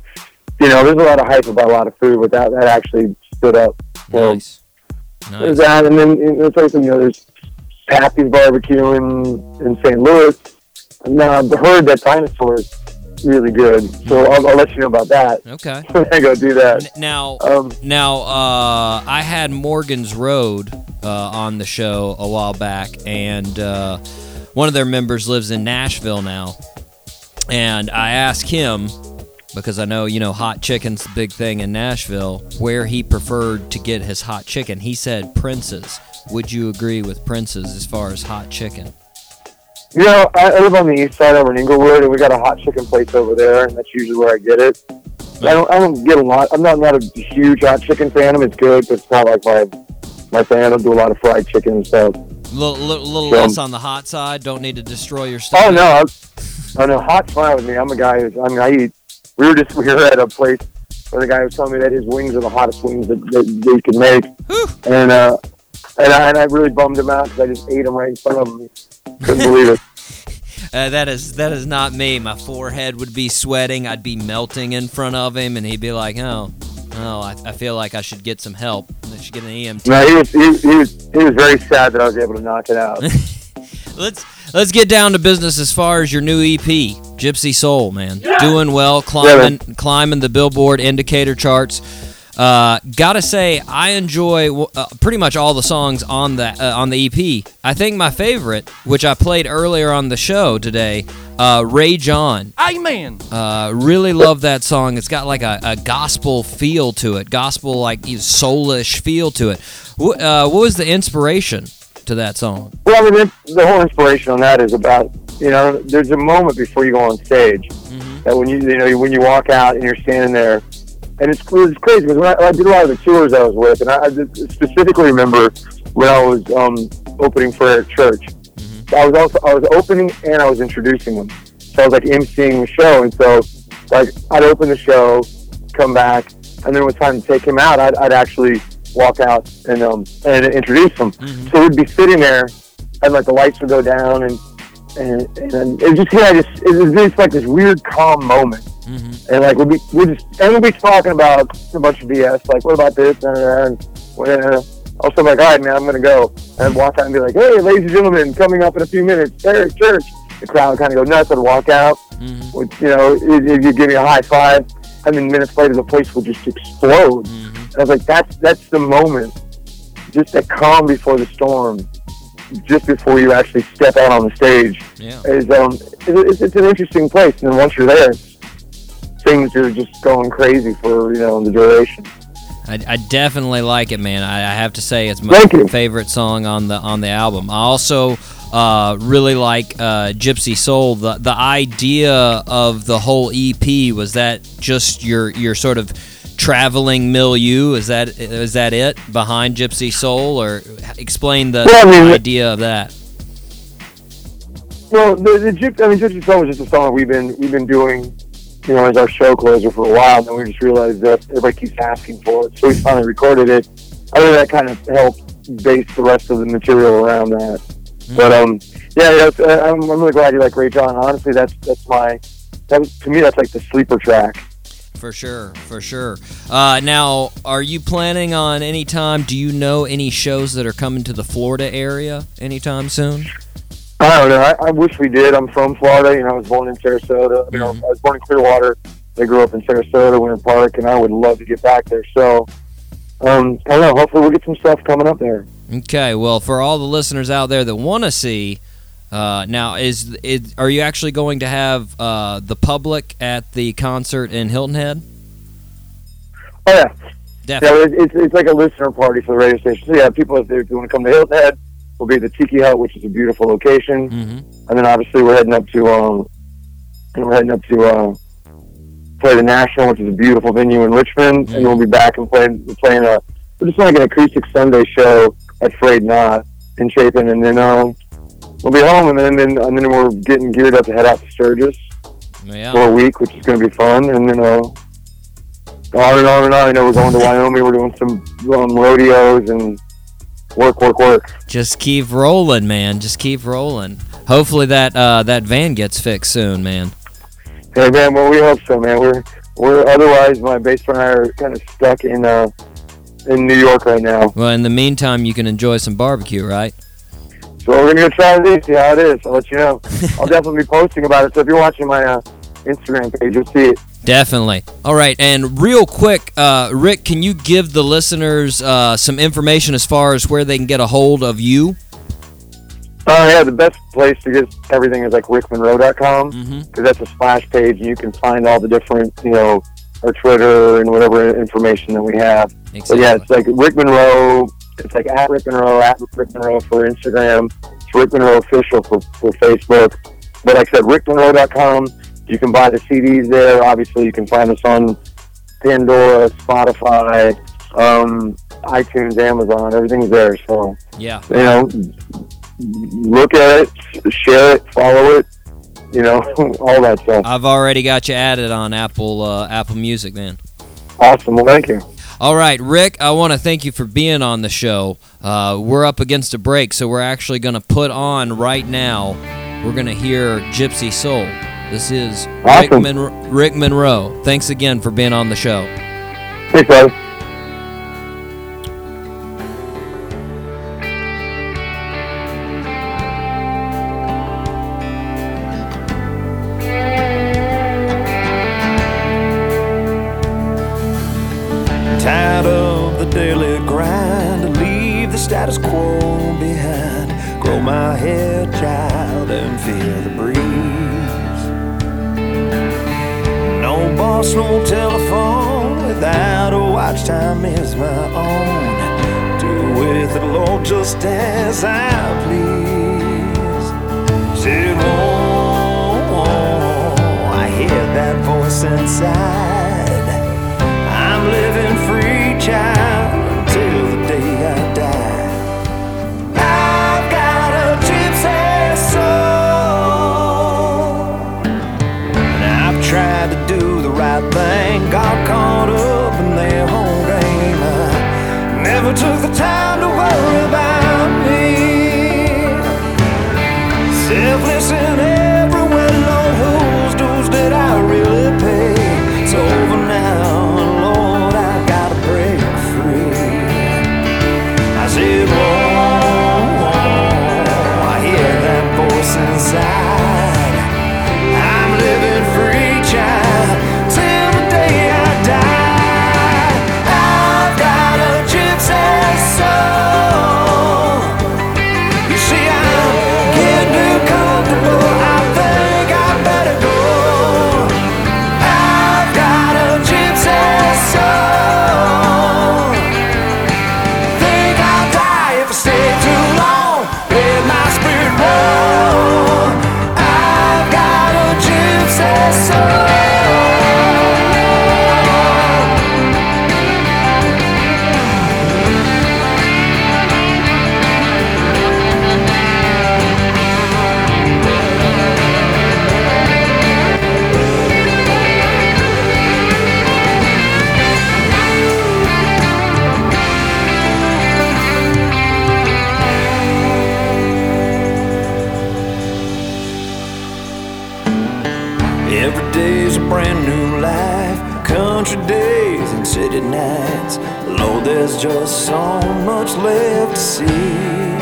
S9: you know, there's a lot of hype about a lot of food, but that, that actually stood up. So
S2: Nice.
S9: there's
S2: Nice.
S9: that, and then and it's like, you know, there's Pappy's Barbecue in, in St. Louis. uh, Now, I've heard that dinosaur is really good, so
S2: Mm-hmm.
S9: I'll, I'll let you know about that.
S2: Okay.
S9: I go do
S2: N-
S9: that.
S2: Now,
S9: Um,
S2: Now, uh, I had Morgan's Road uh, on the show a while back, and uh, one of their members lives in Nashville now. And I asked him, because I know, you know, hot chicken's the big thing in Nashville, where he preferred to get his hot chicken. He said Prince's. Would you agree with Prince's as far as hot chicken?
S9: you know, I I live on the east side over in Inglewood, and we got a hot chicken place over there, and that's usually where I get it. I don't, I don't get a lot. I'm not, not a huge hot chicken fan. It's good, but it's not like my my fan. I don't do a lot of fried chicken and stuff.
S2: Little, little, little
S9: Yeah.
S2: less on the hot side. Don't need to destroy your stuff.
S9: Oh no, I'm, oh no, hot's fine with me. I'm a guy who's I mean, I eat. We were just we were at a place where the guy was telling me that his wings are the hottest wings that, that, that you can make, and uh, and I, and I really bummed him out because I just ate him right in front of him. Couldn't believe it.
S2: Uh, that is that is not me. My forehead would be sweating. I'd be melting in front of him, and he'd be like, "Oh, oh, I, I feel like I should get some help. I should get an E EMT."
S9: No, he was he, he was he was very sad that I was able to knock it out.
S2: Let's let's get down to business as far as your new EP, Gypsy Soul, man. Doing well, climbing climbing the Billboard indicator charts. Uh, gotta say, I enjoy uh, pretty much all the songs on the uh, on the EP. I think my favorite, which I played earlier on the show today, uh, Ray John.
S4: Amen.
S2: Uh, really love that song. It's got like a, a gospel feel to it, gospel like soulish feel to it. Wh- uh, what was the inspiration to that song?
S9: Well, I mean, it's- the whole inspiration on that is about you know, there's a moment before you go on stage that when you you know when you walk out and you're standing there, and it's, it's crazy because when I, I did a lot of the tours I was with, and I, I just specifically remember when I was um, opening for Eric Church. I was also I was opening and I was introducing them, so I was like emceeing the show, and so like I'd open the show, come back, and then it was time to take him out. I'd, I'd actually walk out and um and introduce him. So we'd be sitting there and like the lights would go down and and, and it just yeah, just it was just like this weird calm moment. And like we'd be we would just and we'd be talking about a bunch of BS, like what about this and and and also I'm like, all right man, I'm gonna go and I'd walk out and be like, hey, ladies and gentlemen, coming up in a few minutes, Eric Church. The crowd would kind of go nuts and walk out. Would, you know, if if you give me a high five, and then minutes later the place will just explode. And I was like, that's that's the moment, just that calm before the storm just before you actually step out on the stage
S2: Yeah.
S9: is um it's, it's an interesting place and then once you're there things are just going crazy for you know the duration
S2: I, I definitely like it, man. I, I have to say it's my
S9: Thank you.
S2: favorite song on the on the album. I also uh, really like uh, Gypsy Soul. The the idea of the whole EP was that just your your sort of traveling milieu. Is that is that it behind Gypsy Soul, or explain the
S9: Well, I mean, the-
S2: idea of that?
S9: well the, the gyp i mean gypsy soul was just a song we've been we've been doing you know as our show closer for a while and then we just realized that everybody keeps asking for it so we finally recorded it i think that kind of helped base the rest of the material around that but um yeah you know, it's- uh, I'm, I'm really glad you like ray john honestly that's that's my that was, to me that's like the sleeper track
S2: For sure, for sure. Uh, now, are you planning on any time? Do you know any shows that are coming to the Florida area anytime soon?
S9: I don't know. I, I wish we did. I'm from Florida. You know, I was born in Sarasota. You know, I was born in Clearwater. I grew up in Sarasota, Winter Park, and I would love to get back there. So, um, I don't know. Hopefully, we'll get some stuff coming up there.
S2: Okay, well, for all the listeners out there that want to see, uh, now is, is are you actually going to have uh, the public at the concert in Hilton Head?
S9: Oh yeah,
S2: Definitely.
S9: yeah. It's, it's, it's like a listener party for the radio station. So yeah, people if they want to come to Hilton Head, we'll be at the Tiki Hut, which is a beautiful location,
S2: hmm
S9: and then obviously we're heading up to um, and we're heading up to uh, play the National, which is a beautiful venue in Richmond, and we'll be back and playing playing a we're just like an acoustic Sunday show at Frayed Knot in Chapin, and then um, we'll be home, and then then and then we're getting geared up to head out to Sturgis
S2: Yeah.
S9: for a week, which is going to be fun. And then uh, on and on and on. You know, we're going to Wyoming. We're doing some um, rodeos and work, work, work.
S2: Just keep rolling, man. Just keep rolling. Hopefully that uh, that van gets fixed soon, man.
S9: Hey man, well we hope so, man. We're we're otherwise my bass friend and I are kind of stuck in uh in New York right now.
S2: Well, in the meantime, you can enjoy some barbecue, right?
S9: So we're gonna go try it and see how it is. I'll let you know. I'll definitely be posting about it. So if you're watching my uh, Instagram page, you'll see it.
S2: Definitely. All right, and real quick, uh, Rick, can you give the listeners uh, some information as far as where they can get a hold of you?
S9: Uh, yeah, the best place to get everything is like rickmonroe.com because
S2: Mm-hmm.
S9: that's a splash page. and You can find all the different, you know, our Twitter and whatever information that we have. But yeah, it's like Rick Monroe. It's like at Rick Monroe, at Rick Monroe for Instagram. It's Rick Monroe official for, for Facebook. But like I said, rickmonroe.com. You can buy the CDs there. Obviously, you can find us on Pandora, Spotify, um, iTunes, Amazon. Everything's there. So
S2: Yeah.
S9: you know, look at it, share it, follow it. You know, all that stuff.
S2: I've already got you added on Apple uh, Apple Music, man.
S9: Awesome. Well, thank you.
S2: All right, Rick, I want to thank you for being on the show. Uh, we're up against a break, so we're actually going to put on right now. We're going to hear Gypsy Soul. This is Rick,
S9: Awesome.
S2: Monro- Rick Monroe. Thanks again for being on the show.
S9: Thanks, brother.
S4: Tired of the daily grind, leave the status quo behind. Grow my hair, child, and feel the breeze. No boss, no telephone, without a watch, time is my own. Do with it, Lord, just as I please. Say, oh, I hear that voice inside. I'm living free, child, until the day I die. I've got a gypsy soul. And I've tried to do the right thing, got caught up in their whole game. I never took the time to worry about me. Selfless in every window, whose dues did I really pay? It's over now, and Lord, I gotta break free. I said, Whoa, whoa, I hear that voice inside. I'm living free, child, till the day I die. I've got a gypsy soul. You see, I'm getting comfortable. I think I better go. I've got a gypsy soul. Think I'll die if I stay too long. Let my spirit roam. I've got a gypsy soul. Every day's a brand new life, country days and city nights. Lord, there's just so much left to see.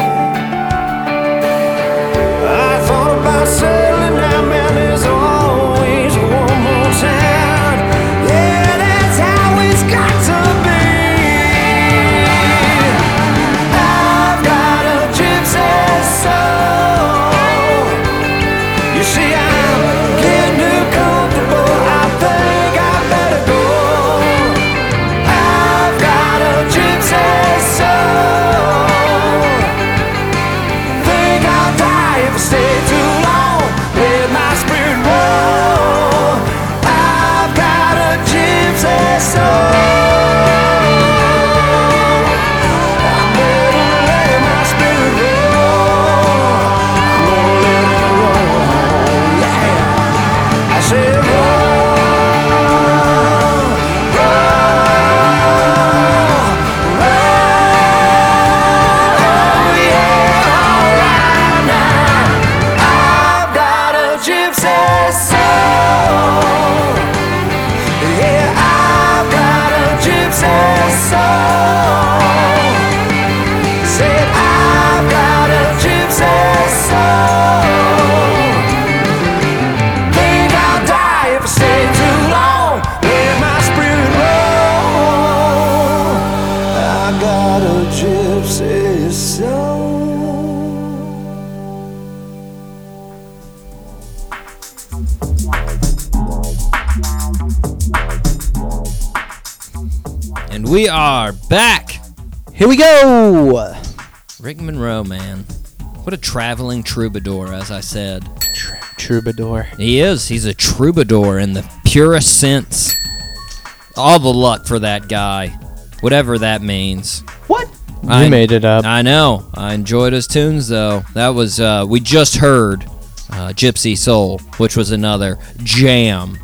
S4: I thought about sailing now, man, there's always one more town. Yeah, that's how it's got to be. I've got a gypsy soul. You see, I'm getting comfortable. I think I better go. I've got a gypsy soul.
S2: We are back.
S3: Here we go.
S2: Rick Monroe, man. What a traveling troubadour, as I said.
S3: Troubadour.
S2: He is. He's a troubadour in the purest sense. All the luck for that guy, whatever that means.
S3: What?
S2: I-
S3: You made it up.
S2: I know. I enjoyed his tunes though. That was uh, we just heard uh, Gypsy Soul, which was another jam.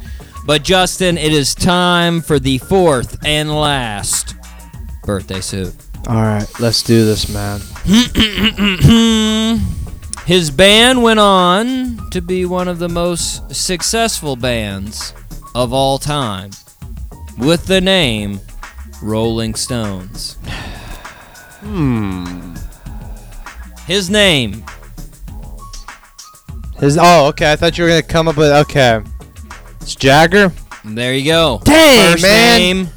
S2: But Justin, it is time for the fourth and last birthday suit.
S3: All right, let's do this, man.
S2: Hmm. His band went on to be one of the most successful bands of all time with the name Rolling Stones. Hmm. His name
S3: His oh, okay. I thought you were gonna come up with okay. It's Jagger.
S2: There you go.
S3: Dang,
S2: First
S3: man.
S2: name,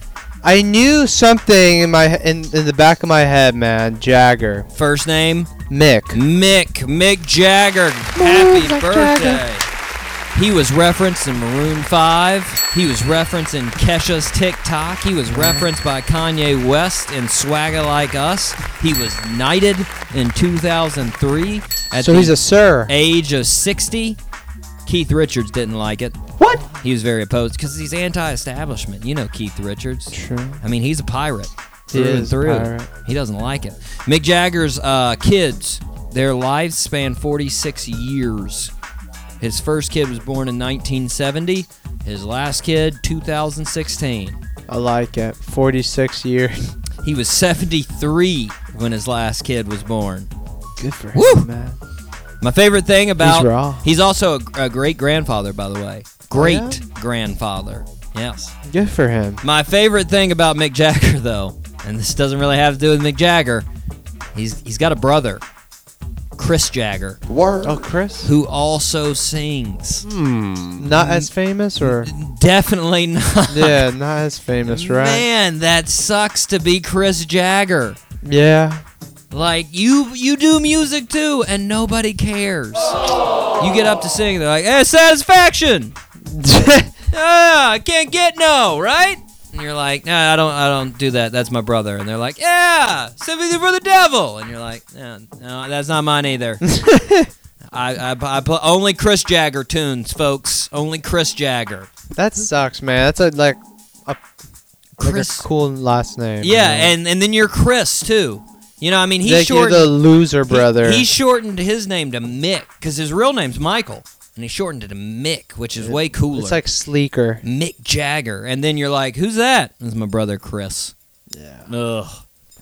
S3: I knew something in my in, in the back of my head, man. Jagger,
S2: first name,
S3: Mick.
S2: Mick, Mick Jagger. Happy birthday. He was referenced in Maroon 5. He was referenced in Kesha's TikTok. He was referenced by Kanye West in Swagger Like Us. He was knighted in 2003 at
S3: So
S2: the
S3: he's a sir.
S2: age of 60. Keith Richards didn't like it.
S3: What?
S2: He was very opposed because he's anti-establishment. You know Keith Richards.
S3: True.
S2: I mean, he's a pirate
S3: He
S2: through and
S3: is a
S2: through.
S3: pirate.
S2: He doesn't like it. Mick Jagger's uh, kids, their lives span 46 years. His first kid was born in 1970. His last kid, 2016.
S3: I like it. Forty-six years.
S2: He was 73 when his last kid was born.
S3: Good for
S2: Woo!
S3: him, man.
S2: My favorite thing about
S3: raw.
S2: he's also a, a great grandfather, by the way. Great
S3: yeah?
S2: grandfather. Yes.
S3: Good for him.
S2: My favorite thing about Mick Jagger, though, and this doesn't really have to do with Mick Jagger, he's he's got a brother, Chris Jagger,
S3: Oh, Chris.
S2: who also sings.
S3: Hmm. Not as famous, or
S2: Definitely not.
S3: yeah, not as famous, right?
S2: Man, that sucks to be Chris Jagger.
S3: Yeah.
S2: Like you you do music too, and nobody cares. You get up to sing, they're like, "Hey, satisfaction." ah, I can't get no, right? And you're like, no, I don't, I don't do that. That's my brother. And they're like, yeah, sympathy for the devil. And you're like, no, no that's not mine either. I, I, I pl- only Chris Jagger tunes, folks. Only Chris Jagger.
S3: that sucks, man. That's a like like a
S2: Chris.
S3: cool last name.
S2: yeah,
S3: you know?
S2: and and then you're Chris too. You know, I mean, he
S3: Like, you're
S2: shortened
S3: the loser
S2: he-
S3: brother.
S2: He, shortened his name to Mick because his real name's Michael, and he shortened it to Mick, which is way cooler.
S3: it's like sleeker.
S2: Mick Jagger, and then you're like, "Who's that?" It's my brother Chris. Yeah. Ugh.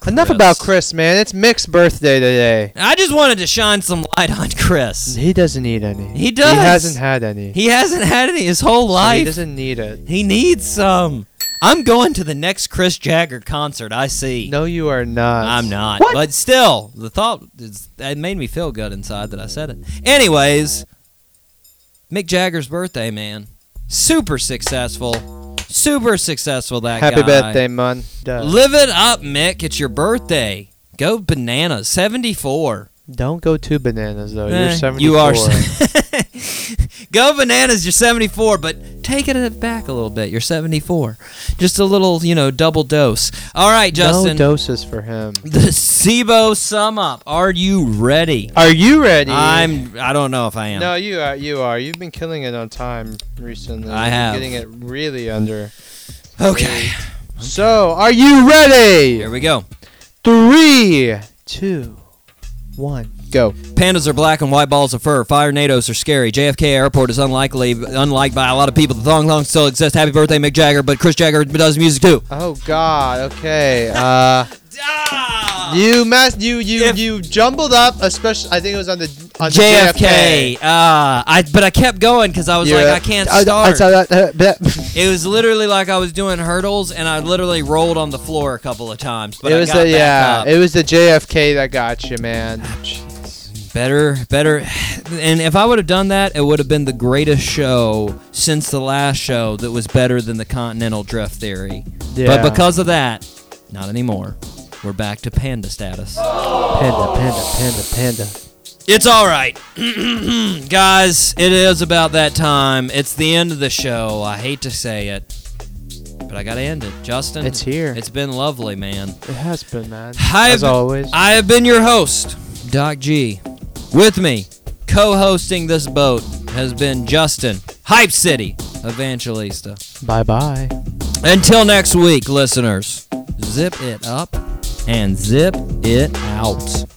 S3: Enough about Chris, man. It's Mick's birthday today.
S2: I just wanted to shine some light on Chris.
S3: He doesn't need any.
S2: He does.
S3: He hasn't had any.
S2: He hasn't had any his whole
S3: He
S2: life.
S3: doesn't need it.
S2: He, needs some. I'm going to the next Chris Jagger concert. I see.
S3: No, you are not.
S2: I'm not. But still, the thought is, it made me feel good inside that I said it. Anyways, Mick Jagger's birthday, man. Super successful. Super successful that
S3: Happy
S2: guy.
S3: birthday, man. Duh.
S2: Live it up, Mick. It's your birthday. Go bananas. 74.
S3: Don't go too bananas though. Oh, You're
S2: Eh,
S3: 74.
S2: You are. Go bananas. You're 74, but take it back a little bit. You're 74. Just a little, you know, double dose. All right,
S3: no
S2: Justin.
S3: doses for him.
S2: the SIBO sum up. Are you ready?
S3: Are you ready?
S2: I'm. I don't know if I am.
S3: No, you are. You are. You've been killing it on time recently.
S2: I
S3: You're
S2: have.
S3: Getting it really under.
S2: Okay.
S3: So, are you ready?
S2: Here we go.
S3: Three, two, one, go.
S2: Pandas are black and white balls of fur. Fire nados are scary. JFK Airport is unlikely, unliked by a lot of people. The thong thong still exists. Happy birthday, Mick Jagger, but Chris Jagger does music too.
S3: Oh God. Okay. Uh, you mess. You you
S2: If-
S3: you jumbled up. Especially, I think it was on the on the
S2: JFK. Ah, I but I kept going because I was like,
S3: Yeah.
S2: I can't
S3: I- I
S2: start.
S3: saw that. uh, that-
S2: it was literally like I was doing hurdles, and I literally rolled on the floor a couple of times. But
S3: it
S2: I
S3: was
S2: got back
S3: the yeah.
S2: up.
S3: It was the JFK that got you, man.
S2: better, better. And if I would have done that, it would have been the greatest show since the last show that was better than the Continental Drift Theory.
S3: Yeah.
S2: But because of that, not anymore. We're back to panda status.
S3: Panda, panda, panda, panda.
S2: It's all right. Guys, it is about that time. It's the end of the show. I hate to say it, but I gotta end it. Justin,
S3: It's here.
S2: It's been lovely, man.
S3: It has been, man.
S2: I've,
S3: As always.
S2: I have been your host, Doc G. With me, co hosting this boat, has been Justin, Hype City, Evangelista.
S3: Bye bye.
S2: Until next week, listeners, zip it up and zip it out.